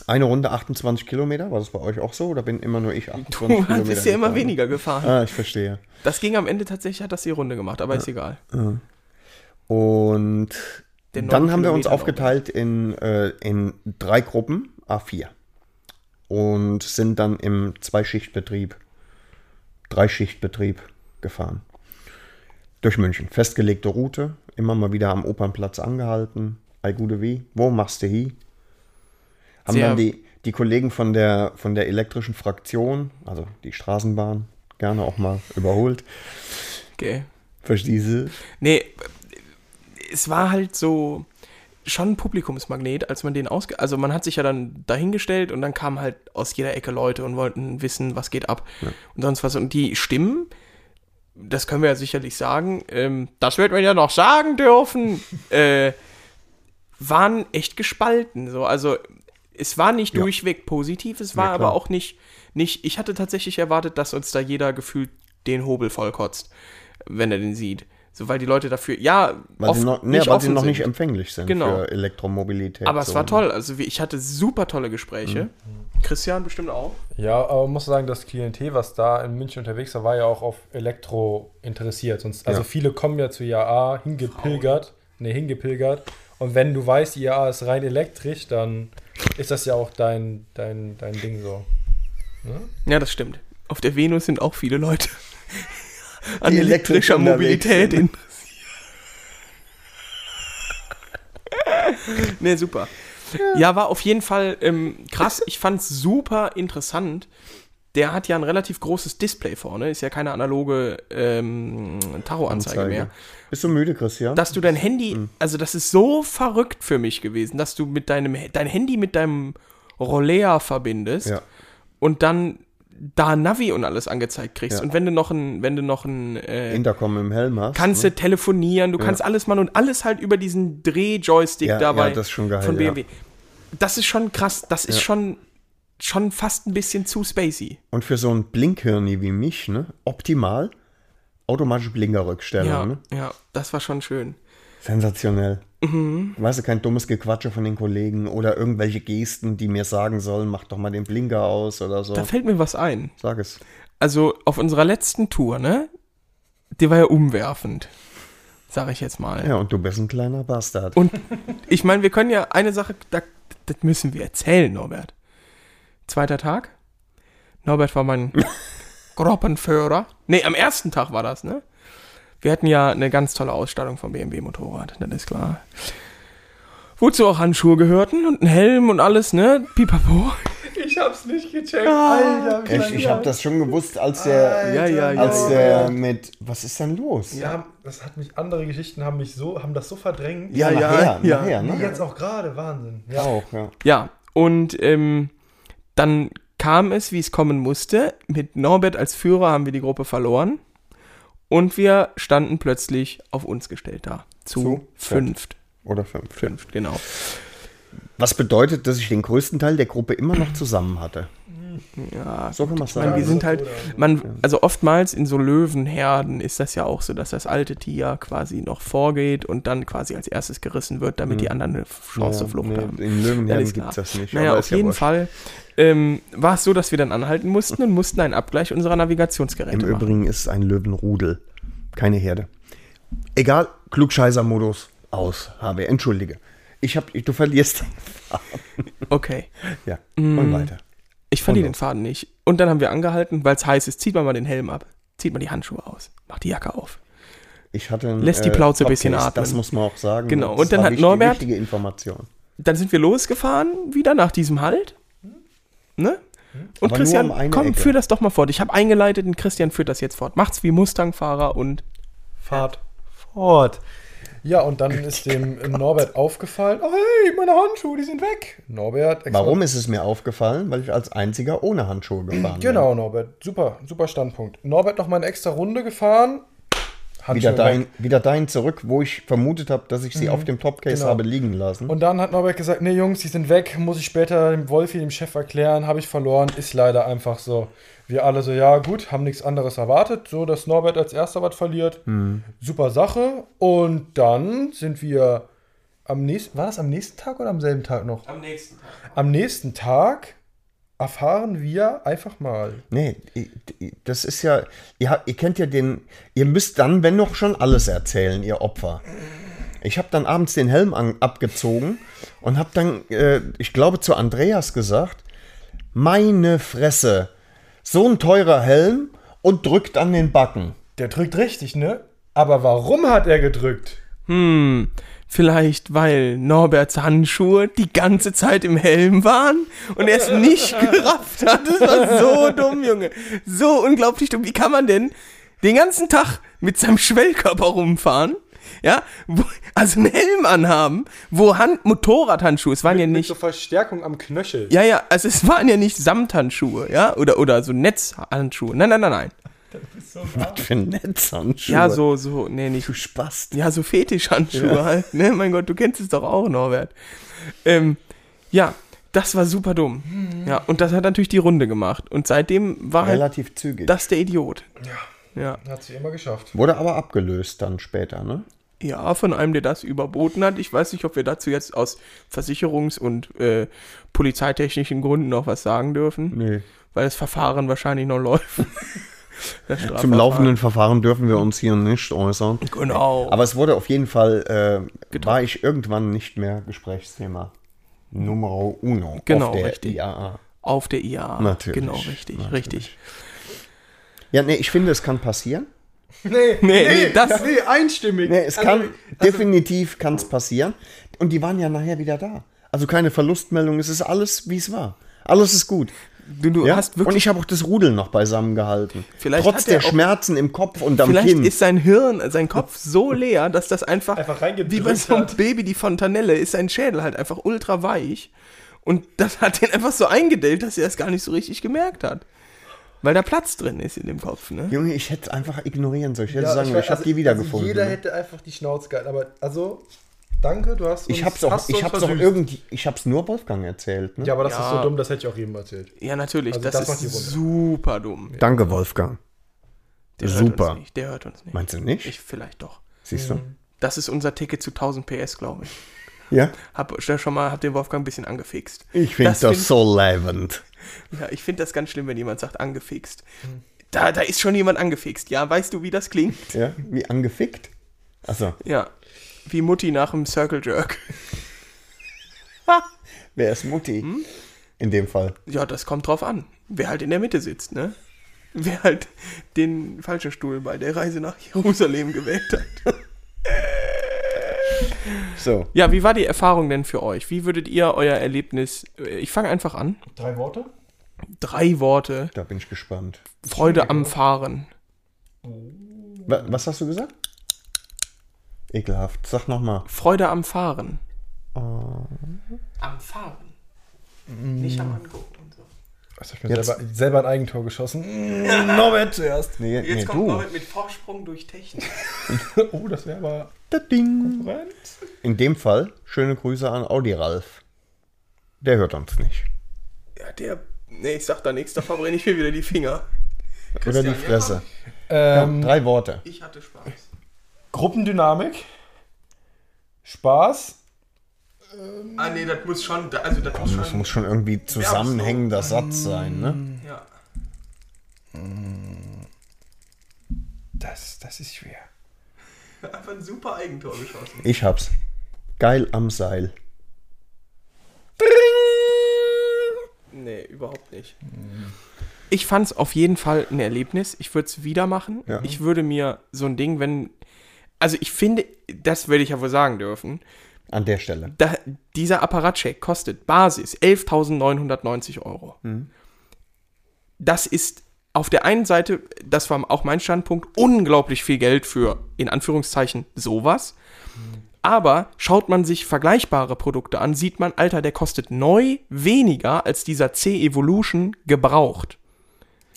Eine Runde 28 Kilometer. War das bei euch auch so? Oder bin immer nur ich 28
Du
Kilometer?
bist ja immer
gefahren?
weniger gefahren.
Ah, ich verstehe.
Das ging am Ende tatsächlich, hat das die Runde gemacht, aber ist egal.
Und
Der
dann
neun
haben wir uns
Kilometer,
aufgeteilt in, äh, in drei Gruppen, A4. Und sind dann im Zweischichtbetrieb, Dreischichtbetrieb gefahren. Durch München. Festgelegte Route, immer mal wieder am Opernplatz angehalten. Ei gute wie, wo machst du hi? Haben
Sehr-
dann die, die Kollegen von der, von der elektrischen Fraktion, also die Straßenbahn, gerne auch mal überholt.
Okay.
Verstehst du?
Nee, es war halt so. schon ein Publikumsmagnet, als man den ausge... Also man hat sich ja dann dahingestellt und dann kamen halt aus jeder Ecke Leute und wollten wissen, was geht ab und sonst was. Und die Stimmen, das können wir ja sicherlich sagen, ähm, das wird man ja noch sagen dürfen, äh, waren echt gespalten. So. Also es war nicht durchweg positiv, es war aber auch nicht, nicht... Ich hatte tatsächlich erwartet, dass uns da jeder gefühlt den Hobel vollkotzt, wenn er den sieht. So, weil die Leute dafür, ja,
Weil
oft
sie noch, nee, weil sie
offen
noch nicht
sind.
empfänglich sind
Genau.
für Elektromobilität.
Aber es
so.
war toll. Also wie- ich hatte super tolle
Mhm.
Gespräche. Christian bestimmt auch.
Ja, aber man muss sagen, das Klientel, was da in München unterwegs war, war ja auch auf Elektro interessiert. Sonst, also
Ja.
viele kommen ja zu IAA hingepilgert. Ne, hingepilgert. Und wenn du weißt, die IAA ist rein elektrisch, dann ist das ja auch dein, dein, dein Ding so.
Ja, das stimmt. Auf der Venus sind auch viele Leute an
Die elektrisch
elektrischer
unterwegs
Mobilität interessiert. ne, super. Ja, war auf jeden Fall ähm, krass. Ich fand's super interessant. Der hat ja ein relativ großes Display vorne, ist ja keine analoge ähm, Tacho-Anzeige
Zeige.
mehr.
Bist du müde, Christian?
dass du dein Handy,
Mhm.
also das ist so verrückt für mich gewesen, dass du mit deinem dein Handy mit deinem Rolea verbindest
Ja.
und dann da Navi und alles angezeigt kriegst
Ja.
und wenn du noch ein wenn du noch ein äh,
Intercom im Helm hast.
kannst
ne?
du telefonieren, du kannst alles machen und alles halt über diesen Drehjoystick
Ja,
dabei
ja, das ist schon geil,
von
ja.
BMW. Das ist schon krass, das ist schon schon fast ein bisschen zu spacey.
Und für so einen Blinkhirni wie mich, ne? Optimal. Automatische Blinkerrückstellung,
Ja,
ne?
ja, das war schon schön.
Sensationell.
Mhm.
Weißt du, kein dummes Gequatsche von den Kollegen oder irgendwelche Gesten, die mir sagen sollen, mach doch mal den Blinker aus oder so.
Da fällt mir was ein.
Sag es.
also auf unserer letzten Tour, ne? Die war ja umwerfend, sage ich jetzt mal.
Ja, und du bist ein kleiner Bastard.
Und ich meine, wir können ja eine Sache, da, das müssen wir erzählen, Norbert. Zweiter Tag. Norbert war mein Gruppenführer. Nee, am ersten Tag war das, ne? Wir hatten ja eine ganz tolle Ausstattung vom BMW Motorrad, das ist klar. Wozu auch Handschuhe gehörten und ein Helm und alles, ne? Pipapo.
Ich hab's nicht gecheckt. Alter,
ich ich habe das schon gewusst, als der,
Ja, ja,
als der mit. Was ist denn los?
Ja, das hat mich, andere Geschichten haben mich so, haben das so verdrängt.
ja, nachher,
ja.
nachher, ne?
Jetzt auch gerade, Wahnsinn. Ja.
Auch, ja.
Ja, und ähm, dann kam es, wie es kommen musste. Mit Norbert als Führer haben wir die Gruppe verloren. Und wir standen plötzlich auf uns gestellt da. Zu,
Zu
fünft.
Oder fünf.
Fünft, genau.
Was bedeutet, dass ich den größten Teil der Gruppe immer noch zusammen hatte.
Ja,
So kann man sagen.
man, wir sind halt, man, also oftmals in so Löwenherden ist das ja auch so, dass das alte Tier quasi noch vorgeht und dann quasi als erstes gerissen wird, damit die anderen eine Chance zur Flucht
nee,
haben.
in
Mhm. Ja,
Löwenherden
ist
gibt's
klar.
das nicht,
Naja,
aber
auf
ist ja
jeden
wurscht.
Fall ähm, war es so, dass wir dann anhalten mussten und mussten einen Abgleich unserer Navigationsgeräte
Im
machen.
Übrigen ist es ein Löwenrudel, keine Herde. Egal, Klugscheißer-Modus aus, habe. Entschuldige. Ich hab, du verlierst.
Okay.
Ja,
Mhm.
und weiter.
Ich verliere den Faden nicht. Und dann haben wir angehalten, weil es heiß ist, zieht man mal den Helm ab, zieht man die Handschuhe aus, macht die Jacke auf.
Ich hatte einen, äh,
Lässt die Plauze ein bisschen
Podcast, Das
atmen.
muss man auch sagen.
Genau,
Das
und dann
war
hat
wichtig-
Norbert-
Wichtige Information.
Dann sind wir losgefahren, wieder nach diesem Halt. Ne? Und
nur
Christian,
um eine
komm,
Ecke.
führ das doch mal fort. Ich habe eingeleitet und Christian führt das jetzt fort. Macht's wie Mustang-Fahrer und
Fahrt fort. Ja, und dann ist dem Norbert aufgefallen, oh hey, meine Handschuhe, die sind weg. Norbert, extra-
Warum ist es mir aufgefallen? Weil ich als einziger ohne Handschuhe gefahren
Genau, Norbert, super, super Standpunkt. Norbert noch mal eine extra Runde gefahren.
bin.
Handschuhe
Wieder dahin,
weg.
wieder dahin zurück, wo ich vermutet habe, dass ich sie auf dem Topcase
Genau.
habe liegen lassen.
Und dann hat Norbert gesagt, nee Jungs, die sind weg, muss ich später dem Wolfi, dem Chef erklären, habe ich verloren, ist leider einfach so. Wir alle so, ja gut, haben nichts anderes erwartet, so dass Norbert als erster was verliert.
Hm.
Super Sache. Und dann sind wir am nächsten, war das am nächsten Tag oder am selben Tag noch?
am nächsten Tag.
Am nächsten Tag erfahren wir einfach mal.
Nee, i- i- das ist ja, ihr, ha- ihr kennt ja den, ihr müsst dann, wenn noch, schon alles erzählen, ihr Opfer. Ich habe dann abends den Helm an, abgezogen und habe dann, äh, ich glaube, zu Andreas gesagt, meine Fresse, so ein teurer Helm und drückt an den Backen.
Der drückt richtig, ne? Aber warum hat er gedrückt?
Hm, vielleicht weil Norberts Handschuhe die ganze Zeit im Helm waren und er es nicht gerafft hat. Das war so dumm, Junge. So unglaublich dumm. Wie kann man denn den ganzen Tag mit seinem Schwellkörper rumfahren? ja, wo, also einen Helm anhaben, wo Hand, Motorradhandschuhe, es waren ja
Mit
nicht,
so Verstärkung am Knöchel.
ja, ja, also es waren ja nicht Samthandschuhe, ja, oder, oder so Netzhandschuhe, nein, nein, nein, nein,
Für Netzhandschuhe.
ja, so, so, nee, nicht,
Du spast.
ja, so Fetischhandschuhe halt, ne, mein Gott, du kennst es doch auch, Norbert, ähm, ja, das war super dumm,
Mhm.
ja, und das hat natürlich die Runde gemacht und seitdem war halt
Relativ zügig.
das der Idiot,
Ja,
ja.
Hat sie immer geschafft.
Wurde aber abgelöst dann später, ne?
Ja, von einem, der das überboten hat. Ich weiß nicht, ob wir dazu jetzt aus versicherungs- und äh, polizeitechnischen Gründen noch was sagen dürfen,
Nee.
weil das Verfahren wahrscheinlich noch läuft. Das
Zum
Strafverfahren.
laufenden Verfahren dürfen wir uns hier nicht äußern.
Genau.
Aber es wurde auf jeden Fall, äh, war ich irgendwann nicht mehr Gesprächsthema. Numero uno.
Genau,
auf der
richtig.
IAA.
Auf der IAA.
Natürlich,
Genau, richtig,
natürlich.
richtig.
Ja, nee, ich finde, es kann passieren.
Nee,
Nee, nee, das-
nee, einstimmig.
Nee, es
Also,
kann, definitiv kann es passieren. Und die waren ja nachher wieder da. Also keine Verlustmeldung, es ist alles, wie es war. Alles ist gut.
Du, du
Ja?
hast
und
wirklich.
ich habe auch das Rudeln noch beisammen gehalten.
Vielleicht
Trotz
hat er
der
auch-
Schmerzen im Kopf und am
Vielleicht
Kinn.
ist sein Hirn, sein Kopf so leer, dass das einfach,
Einfach reingedrückt
wie bei so einem
hat.
Baby die Fontanelle, ist sein Schädel halt einfach ultra weich. Und das hat den einfach so eingedellt, dass er es gar nicht so richtig gemerkt hat. Weil da Platz drin ist in dem Kopf, ne?
Junge, ich hätte es einfach ignorieren sollen. Ich hätte
ja,
sagen, ich,
weiß,
ich habe
also-
die ne? wiedergefunden.
Also jeder hätte einfach die Schnauze gehalten. Aber also, danke, du hast
ich
uns-
hab's auch,
hast
ich
uns
hab's auch
versüßt.
irgendwie, ich hab's nur Wolfgang erzählt. Ne?
Ja, aber das
Ja.
ist so dumm, das hätte ich auch jedem erzählt.
Ja, natürlich.
Also
das,
das macht die
ist
Runde.
super dumm.
Danke, Wolfgang.
Der Hört
Super.
uns nicht. Der hört uns nicht.
Meinst du nicht?
Ich Mhm. vielleicht doch.
Siehst du?
Das ist unser Ticket zu 1000 PS, glaube ich.
Ja.
Hab da schon mal, hab den Wolfgang ein bisschen angefixt.
Ich finde das,
find-
so lebend.
Ja, ich finde das ganz schlimm, wenn jemand sagt angefixt.
Hm.
Da, da ist schon jemand angefixt. Ja, weißt du, wie das klingt?
Ja, wie angefickt. Also, Achso,
Ja. Wie Mutti nach dem Circle Jerk.
wer ist Mutti?
Hm?
In dem Fall.
Ja, das kommt drauf an. Wer halt in der Mitte sitzt, ne? Wer halt den falschen Stuhl bei der Reise nach Jerusalem gewählt hat.
So.
Ja, wie war die Erfahrung denn für euch? Wie würdet ihr euer Erlebnis. äh, Ich fange einfach an.
Drei Worte?
Drei Worte.
Da bin ich gespannt.
Freude am Fahren.
Wa- was hast du gesagt? Ekelhaft. Sag nochmal.
Freude am Fahren. Am Fahren. Nicht am Angucken und so.
Also ich bin selber, selber ein Eigentor geschossen. Norbert zuerst.
Nee,
Jetzt
nee,
kommt
du.
Norbert mit Vorsprung durch Technik.
Oh, das wäre aber.
Da Ding.
Konkurrenz.
In dem Fall, schöne Grüße an Audi Ralf. Der hört uns nicht.
Ja, der. Nee, ich sag da nichts, da verbrenne ich mir wieder die Finger.
Oder
Christian,
die
ja,
Fresse.
Ähm,
Drei Worte.
Ich hatte Spaß.
Gruppendynamik. Spaß.
Ah, nee, das muss schon. da- Also, das muss
Das
schon.
muss schon irgendwie zusammenhängender Satz sein, ne?
Ja.
Das, das ist schwer.
Einfach ein super Eigentor geschossen.
Ich hab's. Geil am Seil.
Nee, überhaupt nicht. Ich fand es auf jeden Fall ein Erlebnis. Ich würde es wieder machen.
Ja.
Ich würde mir so ein Ding, wenn. Also ich finde, das würde ich ja wohl sagen dürfen.
An der Stelle.
Da, dieser Apparatcheck kostet Basis 11.990 Euro. Das ist auf der einen Seite, das war auch mein Standpunkt, unglaublich viel Geld für, in Anführungszeichen, sowas. Aber schaut man sich vergleichbare Produkte an, sieht man, Alter, der kostet neu weniger als dieser C-Evolution gebraucht.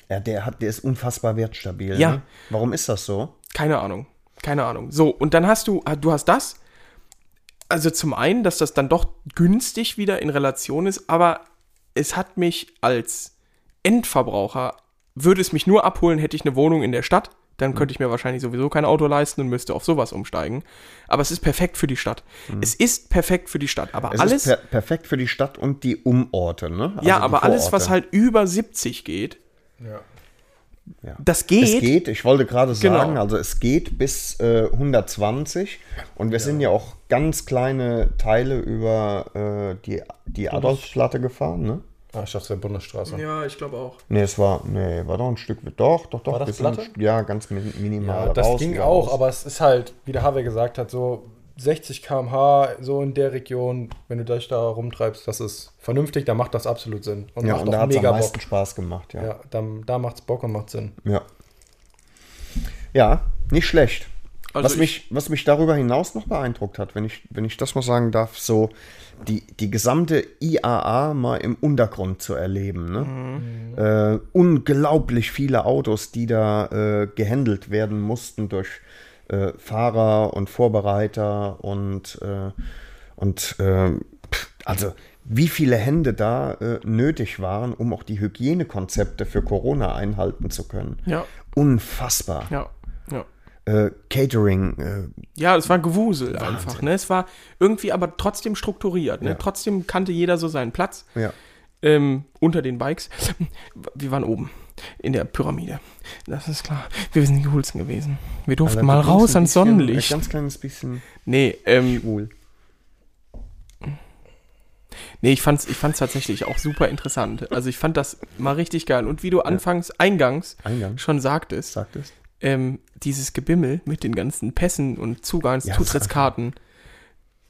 Ja, der, hat, der ist unfassbar wertstabil.
Ja.
Ne? Warum ist das so?
Keine Ahnung. Keine Ahnung. So, und dann hast du, ah, du hast das. Also zum einen, dass das dann doch günstig wieder in Relation ist, aber es hat mich als Endverbraucher, würde es mich nur abholen, hätte ich eine Wohnung in der Stadt, dann könnte ich mir wahrscheinlich sowieso kein Auto leisten und müsste auf sowas umsteigen. Aber es ist perfekt für die Stadt. Es ist perfekt für die Stadt, aber
Mhm. Es
alles.
ist per perfekt für die Stadt und die Umorte, ne? Also
ja,
die
aber alles,
Vororte.
was halt über 70 geht,
Ja.
Ja.
das geht.
Es geht, ich wollte gerade
Genau.
sagen, also es geht bis äh, 120 und wir sind ja auch ganz kleine Teile über äh, die, die Adolfsplatte gefahren, ne?
Ah, ich dachte, der Bundesstraße.
Ja, ich glaube auch.
Ne, es war, nee, war doch ein Stück, doch, doch, doch.
War das
wir sind-
Platte?
Ja, ganz min- minimal.
Ja, das
raus,
ging
wieder
auch,
raus.
aber es ist halt, wie der Harvey gesagt hat, so 60 km/h, so in der Region, wenn du dich da rumtreibst, das ist vernünftig, dann macht das absolut Sinn. Und
Ja,
macht
und da
auch
hat es am
mega
meisten
Bock.
Spaß gemacht, ja. ja.
Ja, dann, da macht's Bock und macht Sinn.
Ja, nicht schlecht.
Also
was,
ich-
mich, was mich darüber hinaus noch beeindruckt hat, wenn ich, wenn ich das mal sagen darf, so die, die gesamte IAA mal im Untergrund zu erleben.
Mhm.
Ne? Äh, unglaublich viele Autos, die da äh, gehandelt werden mussten durch äh, Fahrer und Vorbereiter und, äh, und äh, pff, also wie viele Hände da äh, nötig waren, um auch die Hygienekonzepte für Corona einhalten zu können.
Ja.
Unfassbar
Ja, ja.
äh, Catering. Äh,
Ja, es war Gewusel einfach. Ne? Es war irgendwie aber trotzdem strukturiert. Ne? Trotzdem kannte jeder so seinen Platz
äh, ja.
ähm, unter den Bikes. Wir waren oben in der Pyramide. Das ist klar. Wir sind die Coolsten gewesen. Wir durften mal
Allerdings
raus
ein
ans
bisschen-
Sonnenlicht.
Ein ganz kleines bisschen
Nee, ähm,
schwul.
Nee, ich fand's, ich fand's tatsächlich auch super interessant. Also ich fand das mal richtig geil. Und wie du anfangs, eingangs
Eingangs.
schon sagtest,
Sagtest.
ähm, dieses Gebimmel mit den ganzen Pässen und Zugangs,
Ja,
Zutrittskarten,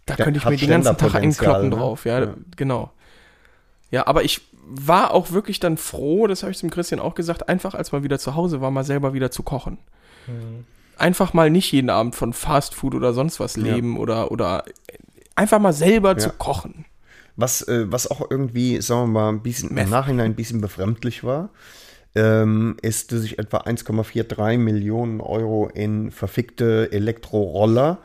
da
Der
könnte ich
hat
mir den ganzen Tag
Ständerpotenzial,
einkloppen
ne?
drauf. Ja,
Ja.
genau. Ja, aber ich war auch wirklich dann froh, das habe ich zum Christian auch gesagt, einfach als man wieder zu Hause war, mal selber wieder zu kochen.
Mhm.
Einfach mal nicht jeden Abend von Fast Food oder sonst was leben oder, oder einfach mal selber zu kochen.
Was, äh, was auch irgendwie, sagen wir mal, ein bisschen,
Meth.
im Nachhinein ein bisschen befremdlich war, ähm, ist, dass ich etwa 1,43 Millionen Euro in verfickte Elektroroller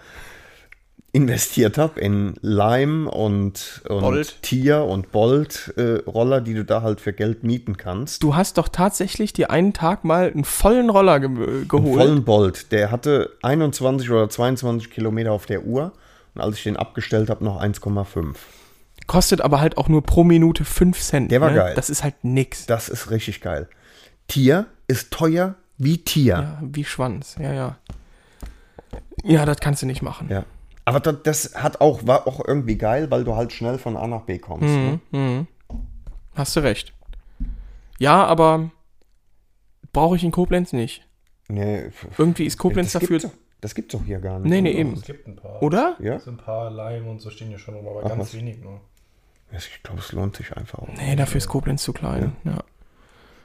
investiert habe, in Lime und,
Bolt.
und Tier und Bolt-Roller, die du da halt für Geld mieten kannst.
du hast doch tatsächlich dir einen Tag mal einen vollen Roller ge geholt.
Vollen Bolt, der hatte 21 oder 22 Kilometer auf der Uhr und als ich den abgestellt habe, noch 1,5.
Kostet aber halt auch nur pro Minute 5 Cent.
Der war geil.
Das ist halt nix.
Das ist richtig geil. Tier ist teuer wie Tier.
ja, wie Schwanz. Ja, ja. Ja, das kannst du nicht machen.
Ja. Aber das, das hat auch, war auch irgendwie geil, weil du halt schnell von A nach B kommst.
Mhm.
Ne?
Hast du recht. Ja, aber brauche ich in Koblenz nicht.
Nee, f- f-
Irgendwie ist Koblenz
das
dafür.
Gibt's, das gibt's doch hier gar nicht.
Nee, nee,
oder?
eben.
Es gibt ein paar.
Oder?
Ja?
So ein paar Leim und so stehen hier schon rum, aber ganz
was?
wenig nur.
Ich glaube, es lohnt sich einfach auch.
Nee, dafür ist Koblenz zu klein. Ja.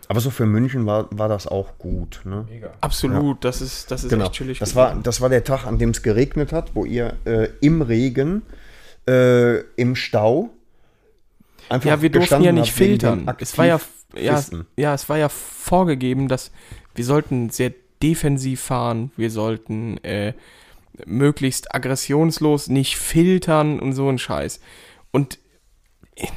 Aber so für München war, war das auch gut. Ne?
Mega.
Absolut, das ist, das ist
Genau.
echt chillig.
Das war, das war der Tag, an dem es geregnet hat, wo ihr äh, im Regen, äh, im Stau einfach
Ja, wir durften
gestanden
ja nicht
habt wegen den
filtern. Es war ja, ja,
Aktivisten.
ja, es war ja vorgegeben, dass wir sollten sehr defensiv fahren, wir sollten äh, möglichst aggressionslos nicht filtern und so ein Scheiß. Und äh,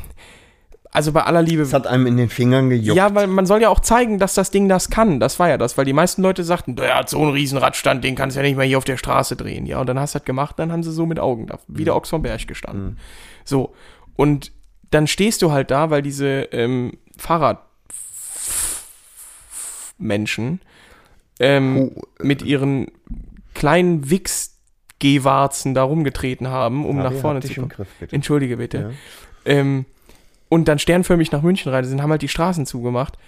also bei aller Liebe,
Es hat einem in den Fingern gejuckt.
ja, weil man soll ja auch zeigen, dass das Ding das kann. Das war ja das, weil die meisten Leute sagten, der hat so einen riesen Radstand, den kannst du ja nicht mehr hier auf der Straße drehen. Ja, und dann hast du das gemacht, dann haben sie so mit Augen da, wie
Mhm.
der Ochs vom Berg gestanden. So, und dann stehst du halt da, weil diese ähm, Fahrradmenschen ähm,
Hu- äh.
mit ihren kleinen Wichs-Gehwarzen da rumgetreten haben, um
Harry
nach
hat
vorne
dich
zu
im
kommen.
Griff, bitte.
Entschuldige bitte. Ähm, und dann sternförmig nach München rein sind, haben halt die Straßen zugemacht.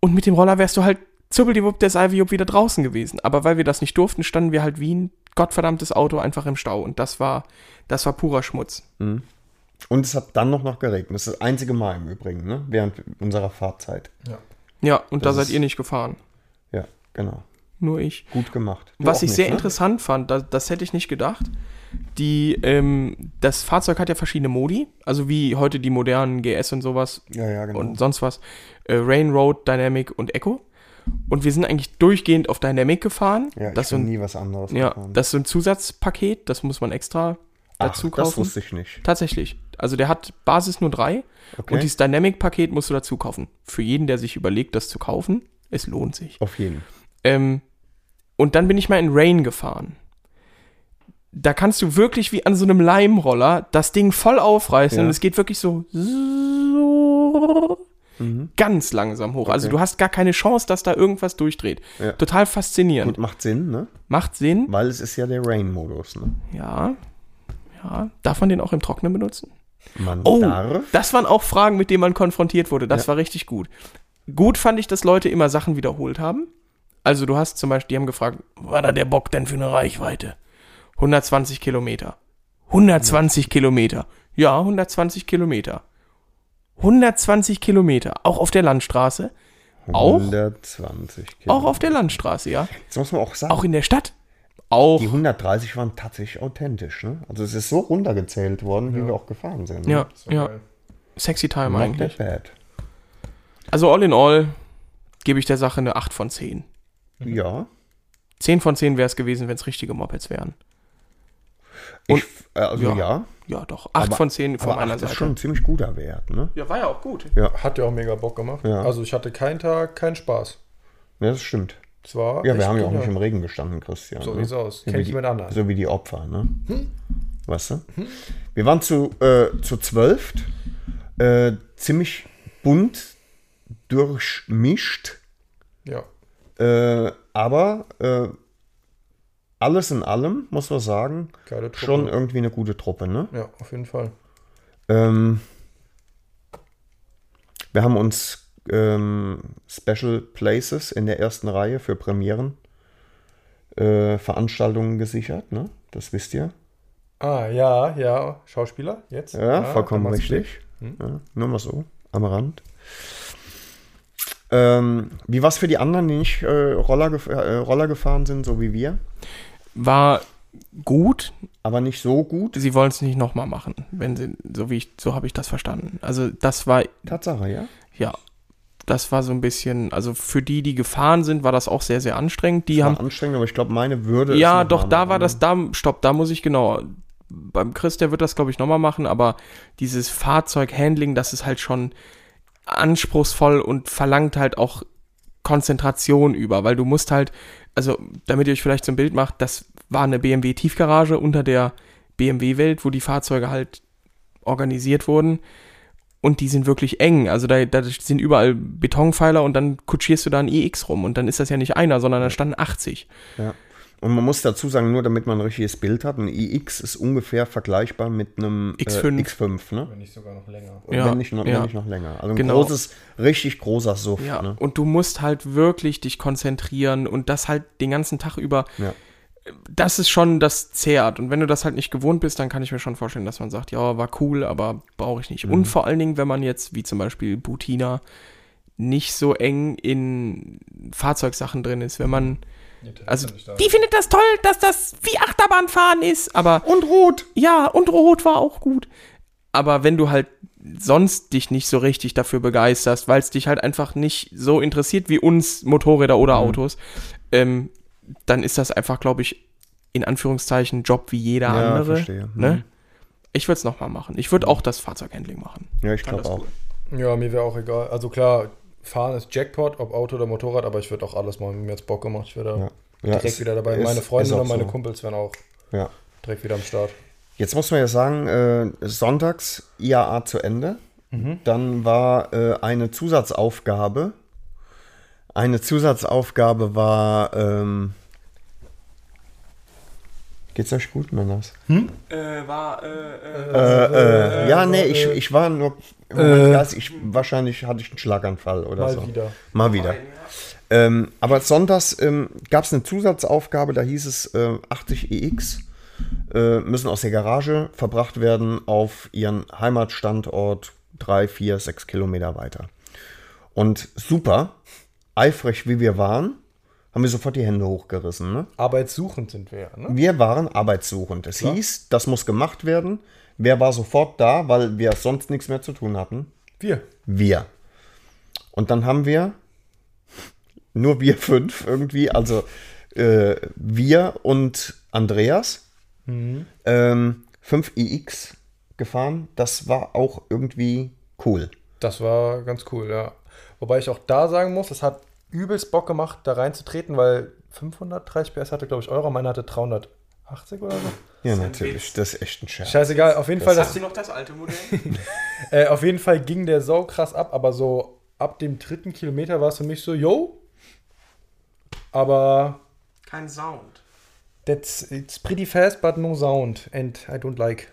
Und mit dem Roller wärst du halt zuppeldiwupp des Alviop wieder draußen gewesen. Aber weil wir das nicht durften, standen wir halt wie ein gottverdammtes Auto einfach im Stau. Und das war, das war purer Schmutz.
Und es hat dann noch, noch geregnet. Das ist das einzige Mal im Übrigen, ne? während unserer Fahrzeit.
Ja.
Ja, und da
Das
seid
ist-
ihr nicht gefahren.
Ja, genau.
Nur ich.
Gut gemacht. Du
Was
auch
ich
nicht,
sehr
ne?
interessant fand, das, das hätte ich nicht gedacht. Die, ähm, das Fahrzeug hat ja verschiedene Modi, also wie heute die modernen GS und sowas,
Ja, ja, genau.
und sonst was. Äh, Rain, Road, Dynamic und Echo. Und wir sind eigentlich durchgehend auf Dynamic gefahren.
ja, ich
das, ist so
bin
ein,
nie was anderes
ja,
gefahren.
das ist so ein Zusatzpaket, das muss man extra
Ach,
dazu kaufen.
das wusste ich nicht.
Tatsächlich. Also der hat Basis nur drei
Okay.
und dieses Dynamic-Paket musst du dazu kaufen. Für jeden, der sich überlegt, das zu kaufen, es lohnt sich.
Auf jeden.
Ähm, und dann bin ich mal in Rain gefahren. Da kannst du wirklich wie an so einem Leimroller das Ding voll aufreißen
Ja.
und es geht wirklich so, so
Mhm.
ganz langsam hoch. Also du hast gar keine Chance, dass da irgendwas durchdreht.
Ja.
Total faszinierend.
Gut, macht Sinn, ne?
Macht Sinn.
Weil es ist ja der Rain-Modus, ne?
Ja. Ja. Darf man den auch im Trocknen benutzen?
Man
Oh,
darf.
das waren auch Fragen, mit denen man konfrontiert wurde. Das war richtig gut. Gut fand ich, dass Leute immer Sachen wiederholt haben. Also du hast zum Beispiel, die haben gefragt, was war da der Bock denn für eine Reichweite? 120 Kilometer. 120 Kilometer. Ja, 120 Kilometer. 120 Kilometer. Auch auf der Landstraße. Auch?
120 Kilometer.
Auch auf der Landstraße, ja.
Jetzt muss man auch sagen,
Auch in der Stadt. auch.
Die 130 waren tatsächlich authentisch. Ne? Also es ist so runtergezählt worden, wie wir auch gefahren sind. ne?
Ja, ja.
geil.
Sexy Time
Not
eigentlich.
that bad.
Also all in all gebe ich der Sache eine 8 von 10.
Mhm.
Ja.
10 von 10 wäre es gewesen, wenn es richtige Mopeds wären. Und-
ich, äh, also
ja.
ja.
Ja, doch. 8
Aber-
von 10 von
aber
meiner
acht
Seite.
ist schon ein ziemlich guter Wert. Ne?
Ja, war ja auch gut.
Hat ja auch mega Bock gemacht.
Ja.
Also ich hatte keinen Tag, keinen Spaß.
Ja, das stimmt.
Es war
Ja,
echt
wir haben ja auch
genial.
nicht im Regen gestanden, Christian.
So
ne?
sieht's aus.
So
Kenn
wie
ich
die-
mit anderen. Hm?
So wie die Opfer, ne? Weißt du? Wir waren zu, äh, zu zwölft, äh, ziemlich bunt durchmischt,
Ja.
äh, aber äh, alles in allem, muss man sagen,
Geile Truppe.
schon irgendwie eine gute Truppe, ne?
Ja, auf jeden Fall.
Ähm, wir haben uns ähm, Special Places in der ersten Reihe für Premieren äh, Veranstaltungen gesichert, ne? Das wisst ihr.
Ah, ja, ja. Schauspieler, jetzt?
Ja, vollkommen
dann machst du Hm.
richtig. Ja, nur mal so, am Rand. Ähm, wie war es für die anderen, die nicht äh, Roller, gef äh, Roller gefahren sind, so wie wir?
War gut.
Aber nicht so gut.
Sie wollen es nicht nochmal machen, wenn sie, so wie ich, so habe ich das verstanden. Also das war
Tatsache, ja.
Ja, das war so ein bisschen, also für die, die gefahren sind, war das auch sehr, sehr anstrengend. Die haben,
War anstrengend, aber ich glaube, meine Würde ist
ja,
noch
doch,
mal ne?
da
am
war
anderen.
das, da, stopp, da muss ich genau, beim Chris, der wird das, glaube ich, nochmal machen, aber dieses Fahrzeughandling, das ist halt schon anspruchsvoll und verlangt halt auch Konzentration über, weil du musst halt, also damit ihr euch vielleicht so ein Bild macht, das war eine BMW-Tiefgarage unter der BMW-Welt, wo die Fahrzeuge halt organisiert wurden. Und die sind wirklich eng. Also da, da sind überall Betonpfeiler und dann kutschierst du da ein EX rum. Und dann ist das ja nicht einer, sondern da standen 80.
Ja. Und man muss dazu sagen, nur damit man ein richtiges Bild hat, ein iX ist ungefähr vergleichbar mit einem
X5.
Äh, X5
den.
ne?
Wenn nicht sogar noch länger.
Und
Ja,
wenn, nicht noch,
ja.
wenn nicht noch länger. Also ein
Genau.
großes, richtig großer Suff.
Ja.
Ne?
Und du musst halt wirklich dich konzentrieren und das halt den ganzen Tag über.
Ja.
Das ist schon das zehrt. Und wenn du das halt nicht gewohnt bist, dann kann ich mir schon vorstellen, dass man sagt, ja, war cool, aber brauche ich
Mhm.
nicht. Und vor allen Dingen, wenn man jetzt, wie zum Beispiel Butina, nicht so eng in Fahrzeugsachen drin ist. Wenn man, also, die findet das toll, dass das wie Achterbahnfahren ist, aber
Und rot.
ja, und Rot war auch gut. Aber wenn du halt sonst dich nicht so richtig dafür begeisterst, weil es dich halt einfach nicht so interessiert wie uns Motorräder oder
Mhm.
Autos, ähm, dann ist das einfach, glaube ich, in Anführungszeichen Job wie jeder
Ja,
andere.
verstehe. Mhm.
Ne? Ich würde es nochmal machen. Ich würde auch das Fahrzeughandling machen.
Ja, ich
Fand
glaube
das
auch.
cool.
Ja, mir wäre auch egal. Also klar, fahren ist Jackpot, ob Auto oder Motorrad, aber ich würde auch alles machen. Mir jetzt Bock gemacht. Ich wäre da
Ja. Ja,
direkt
ist-
wieder dabei.
ist-
meine
ist
Freunde
auch
und meine
so.
Kumpels wären auch
Ja.
direkt wieder am Start.
Jetzt muss man ja sagen, äh, sonntags IAA zu Ende. Dann war äh, eine Zusatzaufgabe. Eine Zusatzaufgabe war. Ähm, Geht's euch gut, Männers?
Hm?
war,
Äh, ja, nee, ich, ich war nur. Moment, ich, wahrscheinlich hatte ich einen Schlaganfall oder
Äh. Mal
so.
wieder.
Mal wieder. Ähm, aber sonntags ähm, gab es eine Zusatzaufgabe, da hieß es äh, 80 EX äh, müssen aus der Garage verbracht werden auf ihren Heimatstandort drei, vier, sechs Kilometer weiter. Und super, eifrig wie wir waren, haben wir sofort die Hände hochgerissen. Ne?
Arbeitssuchend sind wir ja, ne?
Wir waren arbeitssuchend. Es hieß, das muss gemacht werden. Wer war sofort da, weil wir sonst nichts mehr zu tun hatten?
Wir.
Wir. Und dann haben wir nur wir fünf irgendwie, also äh, wir und Andreas, ähm, fünf EX gefahren. Das war auch irgendwie cool.
Das war ganz cool, ja. Wobei ich auch da sagen muss, es hat übelst Bock gemacht, da reinzutreten, weil 530 PS hatte, glaube ich, Euro, meine hatte 380 oder so.
Ja, natürlich. Das ist echt ein Scherz.
Scheißegal, auf jeden Fall, das,
noch das alte Modell?
äh, auf jeden Fall ging der sau krass ab, aber so ab dem dritten Kilometer war es für mich so, yo, aber
Kein Sound.
that's, it's pretty fast, but no sound and I don't like.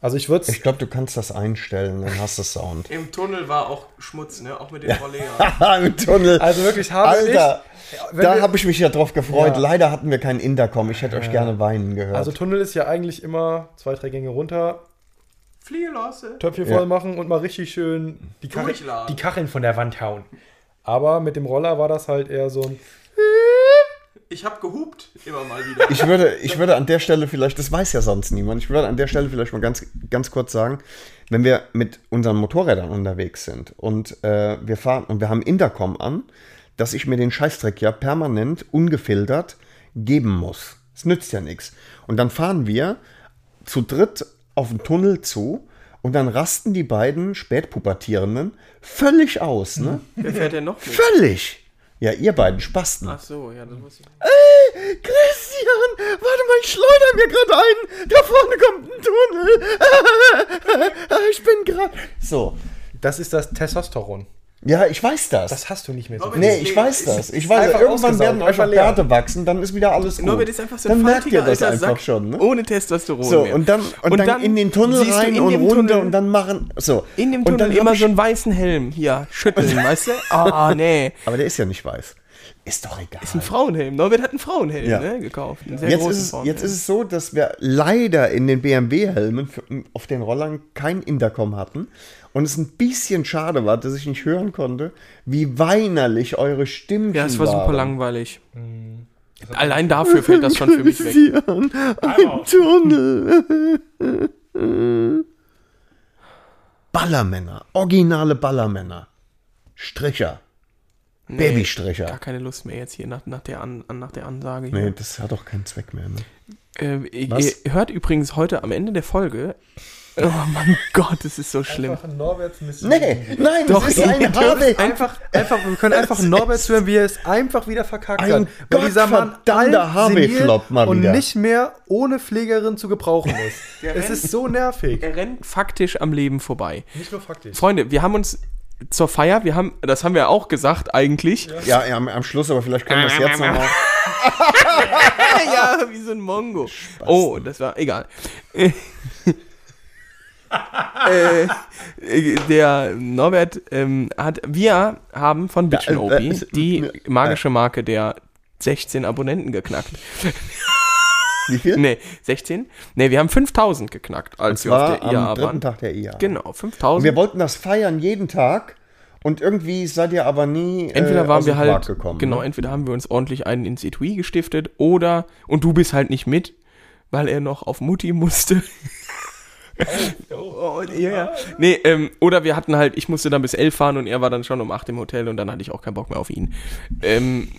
Also ich würde es,
Ich glaube, du kannst das einstellen, dann hast du ne? Sound.
Im Tunnel war auch Schmutz, ne? Auch mit dem Roller.
Im Tunnel.
also wirklich habe
Alter,
ich, wenn
da
wir-
habe ich mich ja drauf gefreut.
Ja.
Leider hatten wir kein Intercom. Ich hätte euch gerne weinen gehört.
also Tunnel ist ja eigentlich immer zwei, drei Gänge runter,
Fliehe, Lasse.
Töpfchen
Ja.
voll machen und mal richtig schön die, Kachel,
Durchladen.
die Kacheln von der Wand hauen. Aber mit dem Roller war das halt eher so ein.
Ich habe gehupt immer mal wieder.
Ich würde, ich würde an der Stelle vielleicht, das weiß ja sonst niemand, ich würde an der Stelle vielleicht mal ganz, ganz kurz sagen, wenn wir mit unseren Motorrädern unterwegs sind und äh, wir fahren und wir haben Intercom an, dass ich mir den Scheißdreck ja permanent ungefiltert geben muss. Es nützt ja nichts. Und dann fahren wir zu dritt auf den Tunnel zu und dann rasten die beiden Spätpubertierenden völlig aus, ne?
Wer fährt denn noch mit?
Völlig! Ja, ihr beiden Spasten.
Ach so, ja, das muss ich.
Christian, warte mal, ich schleuder mir gerade ein. Da vorne kommt ein Tunnel. Ich bin gerade. So.
Das ist das Testosteron.
Ja, ich weiß das.
Das hast du nicht mehr so.
Aber
viel.
nee, ich weiß das. Ich weiß
Einfach
das. Irgendwann werden
ausgesaugt,
euch
einfach
auch
leer.
Bärte wachsen, dann ist wieder alles gut.
Norbert ist einfach so ein
dann merkt
faltiger
ihr das
alter
einfach
Sack
schon, ne?
ohne Testosteron.
So,
mehr.
und dann, und dann, in den Tunnel
siehst du
rein
in
und
dem
runter
Tunnel-
und dann machen. So.
in dem
und dann
Tunnel
hab
immer
ich-
so einen weißen Helm. Ja, schütteln, weißt du? Ah, nee.
Aber der ist ja nicht weiß. Ist doch egal.
Ist ein Frauenhelm. Norbert hat einen Frauenhelm
Ja.
ne, gekauft. Einen sehr
Jetzt
großen
ist, es,
Frauenhelm.
jetzt ist es so, dass wir leider in den BMW-Helmen für- auf den Rollern kein Intercom hatten und es ein bisschen schade war, dass ich nicht hören konnte, wie weinerlich eure Stimmen
ja, es war super
waren.
langweilig. Allein dafür fällt das schon für mich weg.
Christian, ein Tunnel. Ballermänner, originale Ballermänner. Stricher,
Gar
Babystricher.
keine Lust mehr jetzt hier nach, nach, der, An, an- nach der Ansage. Hier.
Nee, das hat doch keinen Zweck mehr. Ne?
Ähm, ihr,
Was?
ihr hört übrigens heute am Ende der Folge. Oh mein Gott, das ist so schlimm.
Einfach Norberts Mission.
Nee, nein,
Doch,
das ist
ihr
ein
dürft
Harvey.
Einfach, einfach, wir können einfach Norberts hören, wie er es einfach wieder verkackt
Ein
hat. Weil dieser Mann
gottverdammter
alt,
Harvey
senil
Flop mal
und
wieder.
nicht mehr ohne Pflegerin zu gebrauchen ist.
Der
es
rennt-
ist so nervig.
Er rennt faktisch am Leben vorbei.
Nicht nur faktisch.
Freunde, wir haben uns zur Feier, wir haben, das haben wir auch gesagt eigentlich.
Ja, ja am, am Schluss, aber vielleicht können wir es jetzt nochmal.
ja, wie so ein Mongo. Oh, das war egal. Äh, äh, der Norbert ähm, hat, wir haben von Bitchin
äh, äh,
Obi die magische Marke der 16 Abonnenten geknackt.
Wie viel?
Nee, 16? Nee, wir haben 5000 geknackt, als
Es
wir auf
war
der IA
am
waren.
dritten Tag der IA.
Genau,
Und
5000.
wir wollten das feiern jeden Tag und irgendwie seid ihr aber nie. äh,
Entweder waren
aus
wir
dem Quark
halt,
gekommen.
genau,
Ne?
entweder haben wir uns ordentlich einen ins Etui gestiftet oder, und du bist halt nicht mit, weil er noch auf Mutti musste. Oh, ja, ja. Nee, ähm, oder wir hatten halt, ich musste dann bis elf fahren und er war dann schon um acht im Hotel und dann hatte ich auch keinen Bock mehr auf ihn. Ähm,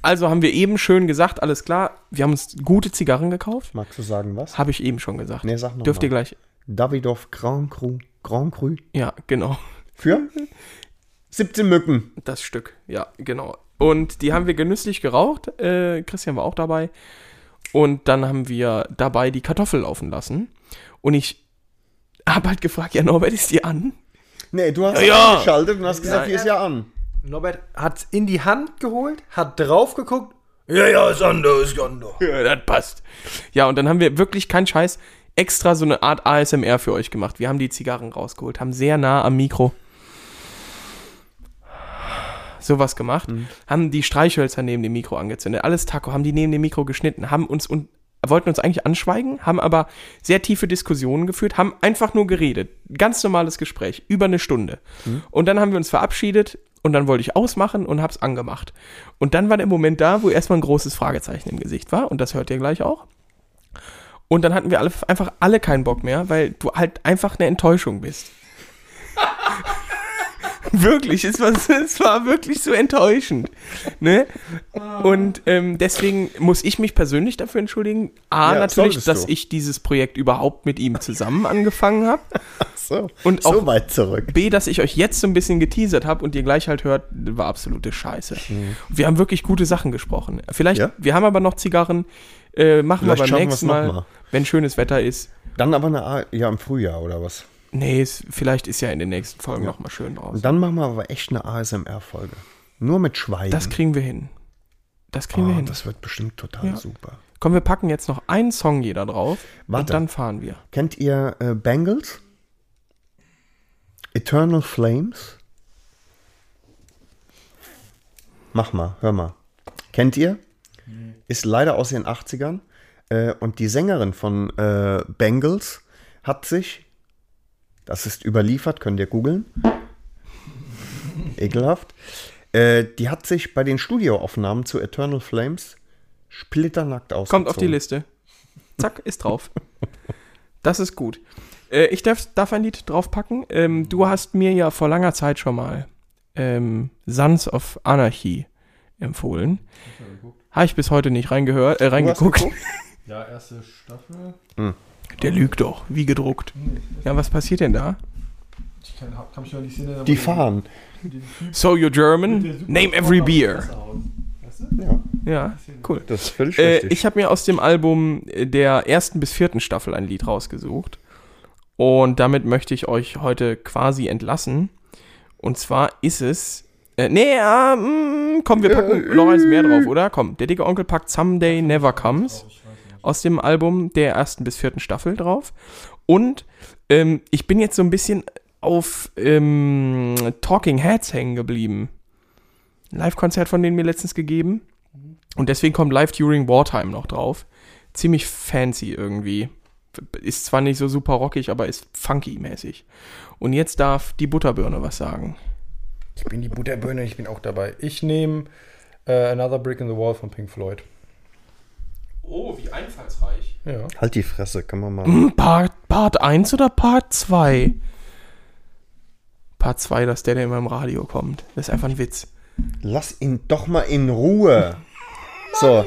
also haben wir eben schön gesagt, alles klar, wir haben uns gute Zigarren gekauft,
Magst du sagen was?
habe ich eben schon gesagt.
Nee, sag noch
Dürft
mal.
ihr gleich,
Davidoff Grand Cru. Grand Cru.
ja, genau.
Für? 17 Mücken.
Das Stück, ja, genau. Und die haben wir genüsslich geraucht. Äh, Christian war auch dabei. Und dann haben wir dabei die Kartoffel laufen lassen. Und ich habe halt gefragt, ja, Norbert, ist die an?
Nee, du hast
ja.
geschaltet und hast gesagt, hier ist ja an.
Norbert hat in die Hand geholt, hat drauf geguckt. Ja, ja, ist anders, ist anders.
Ja, das passt. Ja, und dann haben wir wirklich kein Scheiß extra so eine Art ASMR für euch gemacht. Wir haben die Zigarren rausgeholt, haben sehr nah am Mikro sowas gemacht, haben die Streichhölzer neben dem Mikro angezündet, alles Taco, haben die neben dem Mikro geschnitten, haben uns und wollten uns eigentlich anschweigen, haben aber sehr tiefe Diskussionen geführt, haben einfach nur geredet. Ganz normales Gespräch, über eine Stunde. Und dann haben wir uns verabschiedet und dann wollte ich ausmachen und hab's angemacht. Und dann war der Moment da, wo erstmal ein großes Fragezeichen im Gesicht war und das hört ihr gleich auch. Und dann hatten wir alle, einfach alle keinen Bock mehr, weil du halt einfach eine Enttäuschung bist. wirklich, es war, es war wirklich so enttäuschend. Ne? Und ähm, deswegen muss ich mich persönlich dafür entschuldigen. A,
Ja,
natürlich,
solltest du.
dass ich dieses Projekt überhaupt mit ihm zusammen angefangen habe.
So.
Und
so
auch-
weit zurück.
B, dass ich euch jetzt so ein bisschen geteasert habe und ihr gleich halt hört, war absolute Scheiße. Wir haben wirklich gute Sachen gesprochen. Vielleicht,
Mhm. Ja?
wir haben aber noch Zigarren, äh, machen
Vielleicht
wir
schaffen
beim
wir
nächsten
es noch
Mal,
mal.
wenn schönes Wetter ist.
Dann aber eine A ja, im Frühjahr oder was?
Nee, es, vielleicht ist ja in den nächsten Folgen noch nochmal schön draus.
Und dann machen wir aber echt eine ASMR-Folge. Nur mit Schweigen.
Das kriegen wir hin. Das kriegen wir
oh,
hin.
das wird bestimmt total super.
Komm, wir packen jetzt noch einen Song jeder drauf und
Warte.
dann fahren wir.
Kennt ihr äh, Bangles? Eternal Flames? Mach mal, hör mal. Kennt ihr? Ist leider aus den 80ern. Äh, und die Sängerin von äh, Bangles hat sich, das ist überliefert, könnt ihr googeln. Ekelhaft. Äh, die hat sich bei den Studioaufnahmen zu Eternal Flames splitternackt aus.
Kommt auf die Liste. Zack, ist drauf. Das ist gut. Äh, ich darf, darf ein Lied draufpacken. Ähm, du hast mir ja vor langer Zeit schon mal ähm, Sons of Anarchy empfohlen. Habe ich bis heute nicht reingehört, äh, reingeguckt.
Ja, erste Staffel.
Der lügt doch, wie gedruckt. Ja, was passiert denn da?
Ich kann, hab- kann mich noch nicht sehen.
Die fahren.
So you're German, name every beer.
Ja,
Ja, cool.
das ist völlig
Äh,
richtig.
ich habe mir aus dem Album äh, der ersten bis vierten Staffel ein Lied rausgesucht. Und damit möchte ich euch heute quasi entlassen. Und zwar ist es. Äh, nee, ah, mm, komm, wir packen
Äh,
noch eins mehr drauf, oder? Komm, der dicke Onkel packt Someday Never Comes aus dem Album der ersten bis vierten Staffel drauf. Und ähm, ich bin jetzt so ein bisschen auf ähm, Talking Heads hängen geblieben. Ein Live-Konzert von denen mir letztens gegeben. Und deswegen kommt Live During Wartime noch drauf. Ziemlich fancy irgendwie. Ist zwar nicht so super rockig, aber ist funky-mäßig. Und jetzt darf die Butterbirne was sagen.
Ich bin die Butterbirne, ich bin auch dabei. Ich nehme äh, Another Brick in the Wall von Pink Floyd.
Oh, wie einfallsreich.
Ja.
halt die Fresse, kann man mal.
Hm, Part, Part 1 oder Part 2? Part 2, dass der, der immer im Radio kommt. Das ist einfach ein Witz.
Lass ihn doch mal in Ruhe. So.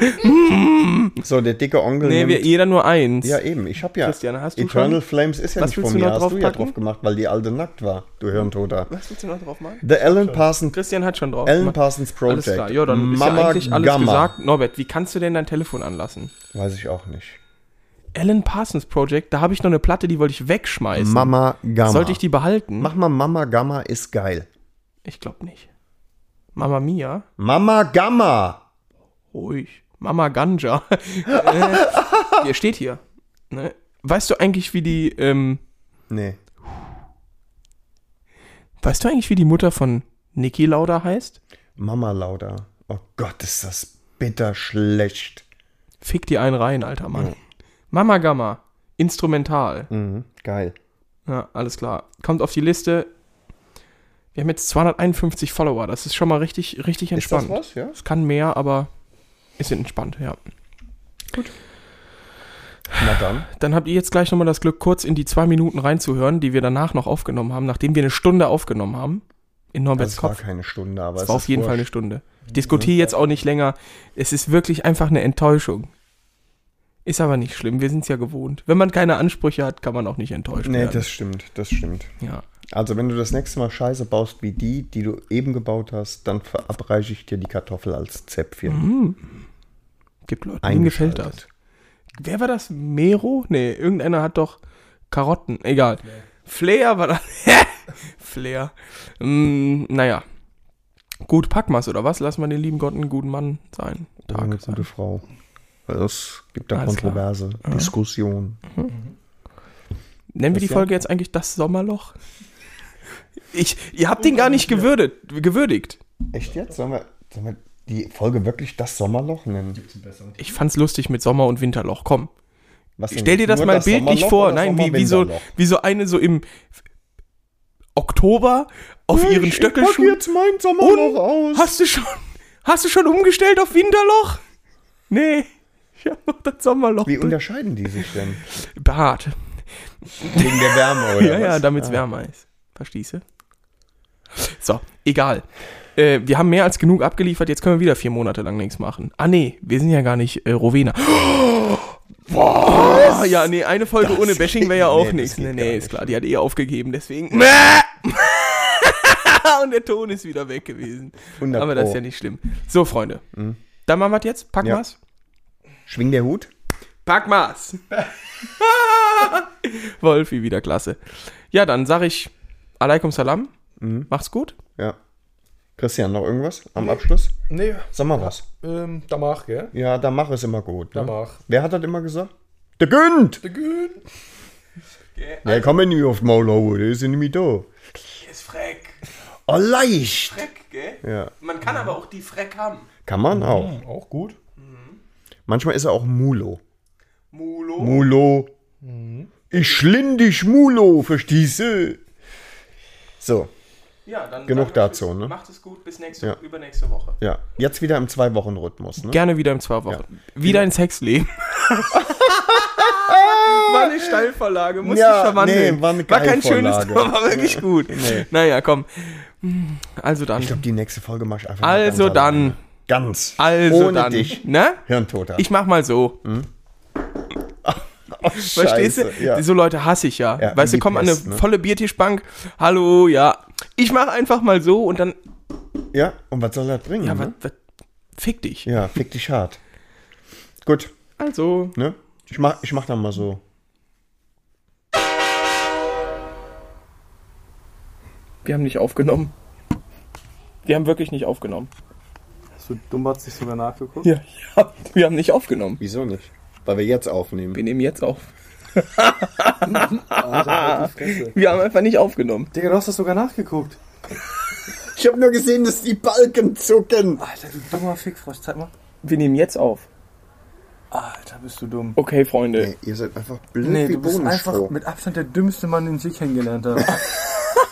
so, der dicke Onkel.
Nee, wir,
nimmt-
jeder nur eins.
ja, eben. Ich habe ja.
Christian, hast du schon?
Eternal Flames ist ja
Was
nicht
willst
von
du
mir.
noch
Hast du ja
draufpacken?
drauf gemacht, weil die alte nackt war. Du Hirntoter.
Was willst du noch drauf machen?
The Alan Parsons,
Christian hat schon drauf.
Alan
gemacht.
Parsons Project.
Alles klar, ja, dann ist ja eigentlich alles gesagt. Norbert, wie kannst du denn dein Telefon anlassen?
Weiß ich auch nicht.
Alan Parsons Project, da habe ich noch eine Platte, die wollte ich wegschmeißen.
Mama Gamma.
Sollte ich die behalten?
Mach mal Mama Gamma ist geil.
Ich glaube nicht. Mama Mia?
Mama Gamma!
Ruhig. Mama Ganja. äh, hier steht hier. Ne? Weißt du eigentlich, wie die, ähm,
Nee.
weißt du eigentlich, wie die Mutter von Niki Lauda heißt?
Mama Lauda. Oh Gott, ist das bitter schlecht.
Fick die einen rein, alter Mann. Mama Gamma. Instrumental.
Mhm, geil.
Ja, alles klar. Kommt auf die Liste. Wir haben jetzt 251 Follower. Das ist schon mal richtig, richtig entspannt.
was, ja?
Es kann mehr, aber ist entspannt, ja.
Na dann.
Dann habt ihr jetzt gleich nochmal das Glück, kurz in die zwei Minuten reinzuhören, die wir danach noch aufgenommen haben, nachdem wir eine Stunde aufgenommen haben. In Norberts
Das war
Kopf.
keine Stunde, aber
Es
es
war
ist
auf jeden Fall eine
wurscht.
Stunde. Ich diskutiere jetzt auch nicht länger. Es ist wirklich einfach eine Enttäuschung. Ist aber nicht schlimm, wir sind es ja gewohnt. Wenn man keine Ansprüche hat, kann man auch nicht enttäuscht
Nee,
werden.
das stimmt, das stimmt.
ja.
Also, wenn du das nächste Mal Scheiße baust wie die, die du eben gebaut hast, dann verabreiche ich dir die Kartoffel als Zäpfchen.
Gibt Leute, denen Mhm, gefällt das. Wer war das? Mero? Nee, irgendeiner hat doch Karotten. Egal. Flair war das. Flair. Mm, naja. Gut, packen wir's, oder was? Lass mal den lieben Gott einen guten Mann sein.
Tag, eine
Tag sein.
gute Frau. Das gibt da
Alles klar.
Kontroverse, Diskussion.
Nennen wir die
Christian?
Folge jetzt eigentlich das Sommerloch? Ich, ihr habt den gar nicht gewürdet, gewürdigt.
Echt jetzt? Sollen wir, sollen wir die Folge wirklich das Sommerloch nennen?
Ich fand's lustig mit Sommer- und Winterloch. Komm,
Was denn
Stell
jetzt?
dir das
Nur
mal bildlich
Sommerloch
vor.
oder
Nein, wie,
Sommer-
wie, so,
Winterloch?
wie so eine so im Oktober auf
Ich-
ihren
ich pack
Stöckelschuhen.
jetzt mein Sommerloch aus.
Hast du schon, hast du schon umgestellt auf Winterloch? Nee, ich hab noch das Sommerloch.
Wie unterscheiden die sich denn?
Bart.
Wegen der Wärme, oder?
Ja, ja,
was? Ah.
damit's wärmer ist. Verstehst du? So, egal. Äh, wir haben mehr als genug abgeliefert, jetzt können wir wieder vier Monate lang nichts machen. Ah, nee, wir sind ja gar nicht äh, Rowena. Boah, ja, nee, eine Folge ohne Bashing wäre ja
geht-
auch
nee,
nichts.
das geht
Nee,
gar
nee, ist
nicht.
klar, die hat eh aufgegeben, deswegen. Und der Ton ist wieder weg gewesen.
100
Aber das ist
Pro.
ja
Mhm.
nicht schlimm. So, Freunde. Dann machen wir's jetzt. Packen
Ja.
wir's.
Schwing der Hut?
Pack mal's. Wolfi, wieder klasse. Ja, dann sag ich Alaikum Salam.
Mhm.
Mach's gut.
Ja. Christian, noch irgendwas am Abschluss?
Nee,
Sag mal was.
ähm, danach, gell?
Ja, da mach es immer gut. Ne?
Danach.
Wer hat das immer gesagt? Der Günd! Der
Günd.
Der kann mir nicht auf die Maul hauen, der ist ja nicht mehr da.
Ist Freck.
Oh, leicht!
Freck, gell?
Ja,
Man kann aber auch die Freck haben.
kann
Mhm.
man auch.
Auch gut.
Manchmal ist er auch Mulo.
Mulo.
Mulo.
Mhm.
Ich schlind dich, Mulo, verstieße. So,
Ja, dann
Genug
sagen wir
dazu,
Tschüss.
ne?
Macht es gut, bis nächste,
Ja.
übernächste Woche.
Ja, jetzt wieder im Zwei-Wochen-Rhythmus. Ne?
Gerne wieder im zwei Wochen. Wieder ins Hexleben. war eine Steilvorlage, musste
Ja,
ich verwandeln.
nee, war eine
war kein schönes
Geilvorlage.
Tor, war wirklich gut. Naja, komm. Hm, Also dann.
Ich glaube, die nächste Folge mache ich einfach mal
also
ganz alleine.
dann.
Ganz.
Also
Ohne
dann.
dich.
Ne?
Hirntoter.
Ich mach mal so.
oh,
Verstehst du?
Ja.
So Leute hasse ich ja.
Ja,
weißt
wie
du,
die
komm an eine
Pest, ne?
volle Biertischbank. Hallo, ja. Ich mache einfach mal so und dann.
ja, und was soll das bringen?
Ja,
ne?
was, was, fick dich.
Ja, fick dich hart. Gut,
Also.
ne? Ich mach, ich mach dann mal so.
Wir haben nicht aufgenommen. Wir haben wirklich nicht aufgenommen.
So dumm hat sich sogar nachgeguckt.
Ja, ja. Wir haben nicht aufgenommen.
Wieso nicht? Weil wir jetzt aufnehmen.
Wir nehmen jetzt auf.
halt
Wir haben einfach nicht aufgenommen.
Digga, du hast das sogar nachgeguckt.
Ich habe nur gesehen, dass die Balken zucken.
Alter, du dummer Fickfrosch, zeig mal.
Wir nehmen jetzt auf.
Alter, bist du dumm.
Okay, Freunde.
Ihr seid einfach blöd
Nee,
wie
du bist einfach
Bohnenstroh.
mit Abstand der dümmste Mann, den ich kennengelernt habe.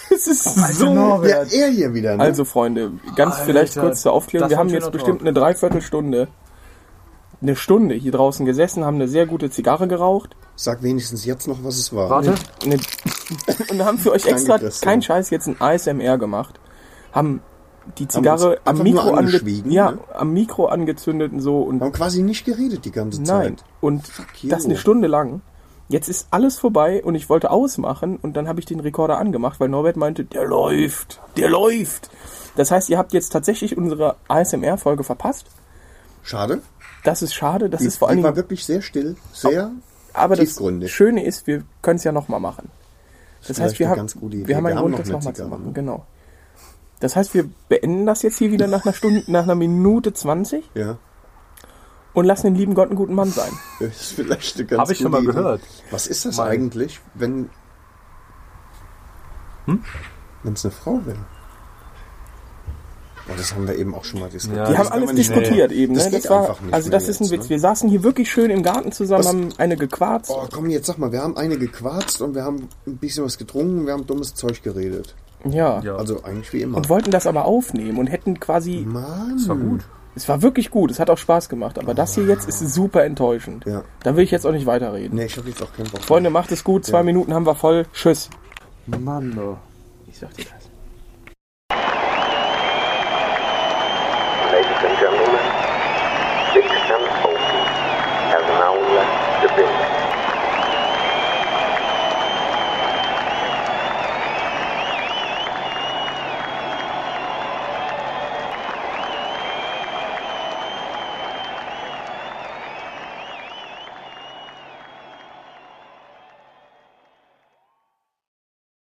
Das ist
Alter,
Ja,
Norbert.
er hier wieder, ne?
Also, Freunde, ganz
Alter,
vielleicht kurz zur Aufklärung.
das
Wir
war ein
haben jetzt
schöner
bestimmt
Talk.
eine Dreiviertelstunde, eine Stunde hier draußen gesessen, haben eine sehr gute Zigarre geraucht
Sag wenigstens jetzt noch, was es war.
Warte,
eine, und haben für euch extra,
Christian.
kein Scheiß, jetzt ein ASMR gemacht. Haben die Zigarre
uns
am
einfach
Mikro,
nur
ange
angeschwiegen,
ja,
ne?
am Mikro angezündet und so und
Wir haben quasi nicht geredet die ganze
Nein.
Zeit.
Und
you.
das eine Stunde lang. Jetzt ist alles vorbei und ich wollte ausmachen und dann habe ich den Rekorder angemacht, weil Norbert meinte, der läuft, der läuft. Das heißt, ihr habt jetzt tatsächlich unsere ASMR-Folge verpasst.
Schade.
Das ist schade, das ist vor allen
die war
Dingen.
wirklich sehr still, sehr
Aber das
tiefgründig.
Schöne ist, wir können es ja nochmal machen. Das heißt,
vielleicht
wir
eine
haben,
ganz gute Idee.
wir haben
Wir
einen
haben
Grund,
noch
das
eine
nochmal zu
Zigarre,
machen.
ne?
Genau. Das heißt, wir beenden das jetzt hier wieder nach einer Stunde, nach einer Minute 20
Ja.
und lassen den lieben Gott einen guten Mann sein.
Das ist vielleicht eine ganz
Hab ich schon
gute
mal
Idee.
gehört.
Was ist das
Mein-
eigentlich, wenn. Hm?
Hm?
Wenn es eine Frau wäre? Boah, das haben wir eben auch schon mal diskutiert.
Ja,
Die
das
haben
kann
alles
man nicht
diskutiert
mehr-
eben. Ne?
Das,
Das,
geht
war,
einfach nicht
also das
mehr
ist ein
jetzt,
Witz.
Ne?
Wir saßen hier wirklich schön im Garten zusammen, haben eine gequarzt.
Oh, komm, jetzt sag mal, wir haben eine gequarzt und wir haben ein bisschen was getrunken, wir haben dummes Zeug geredet.
ja.
Ja.
Also eigentlich wie immer.
Und wollten das aber aufnehmen und hätten quasi.
Mann.
war gut.
Es war wirklich gut, es hat auch Spaß gemacht, aber das hier jetzt ist super enttäuschend.
Ah. Ja.
Da will ich jetzt auch nicht weiterreden.
Nee, ich hab jetzt auch keinen Bock.
Freunde, macht es gut, zwei Minuten haben wir voll. Tschüss.
Mann, doch.
Ich sag dir das.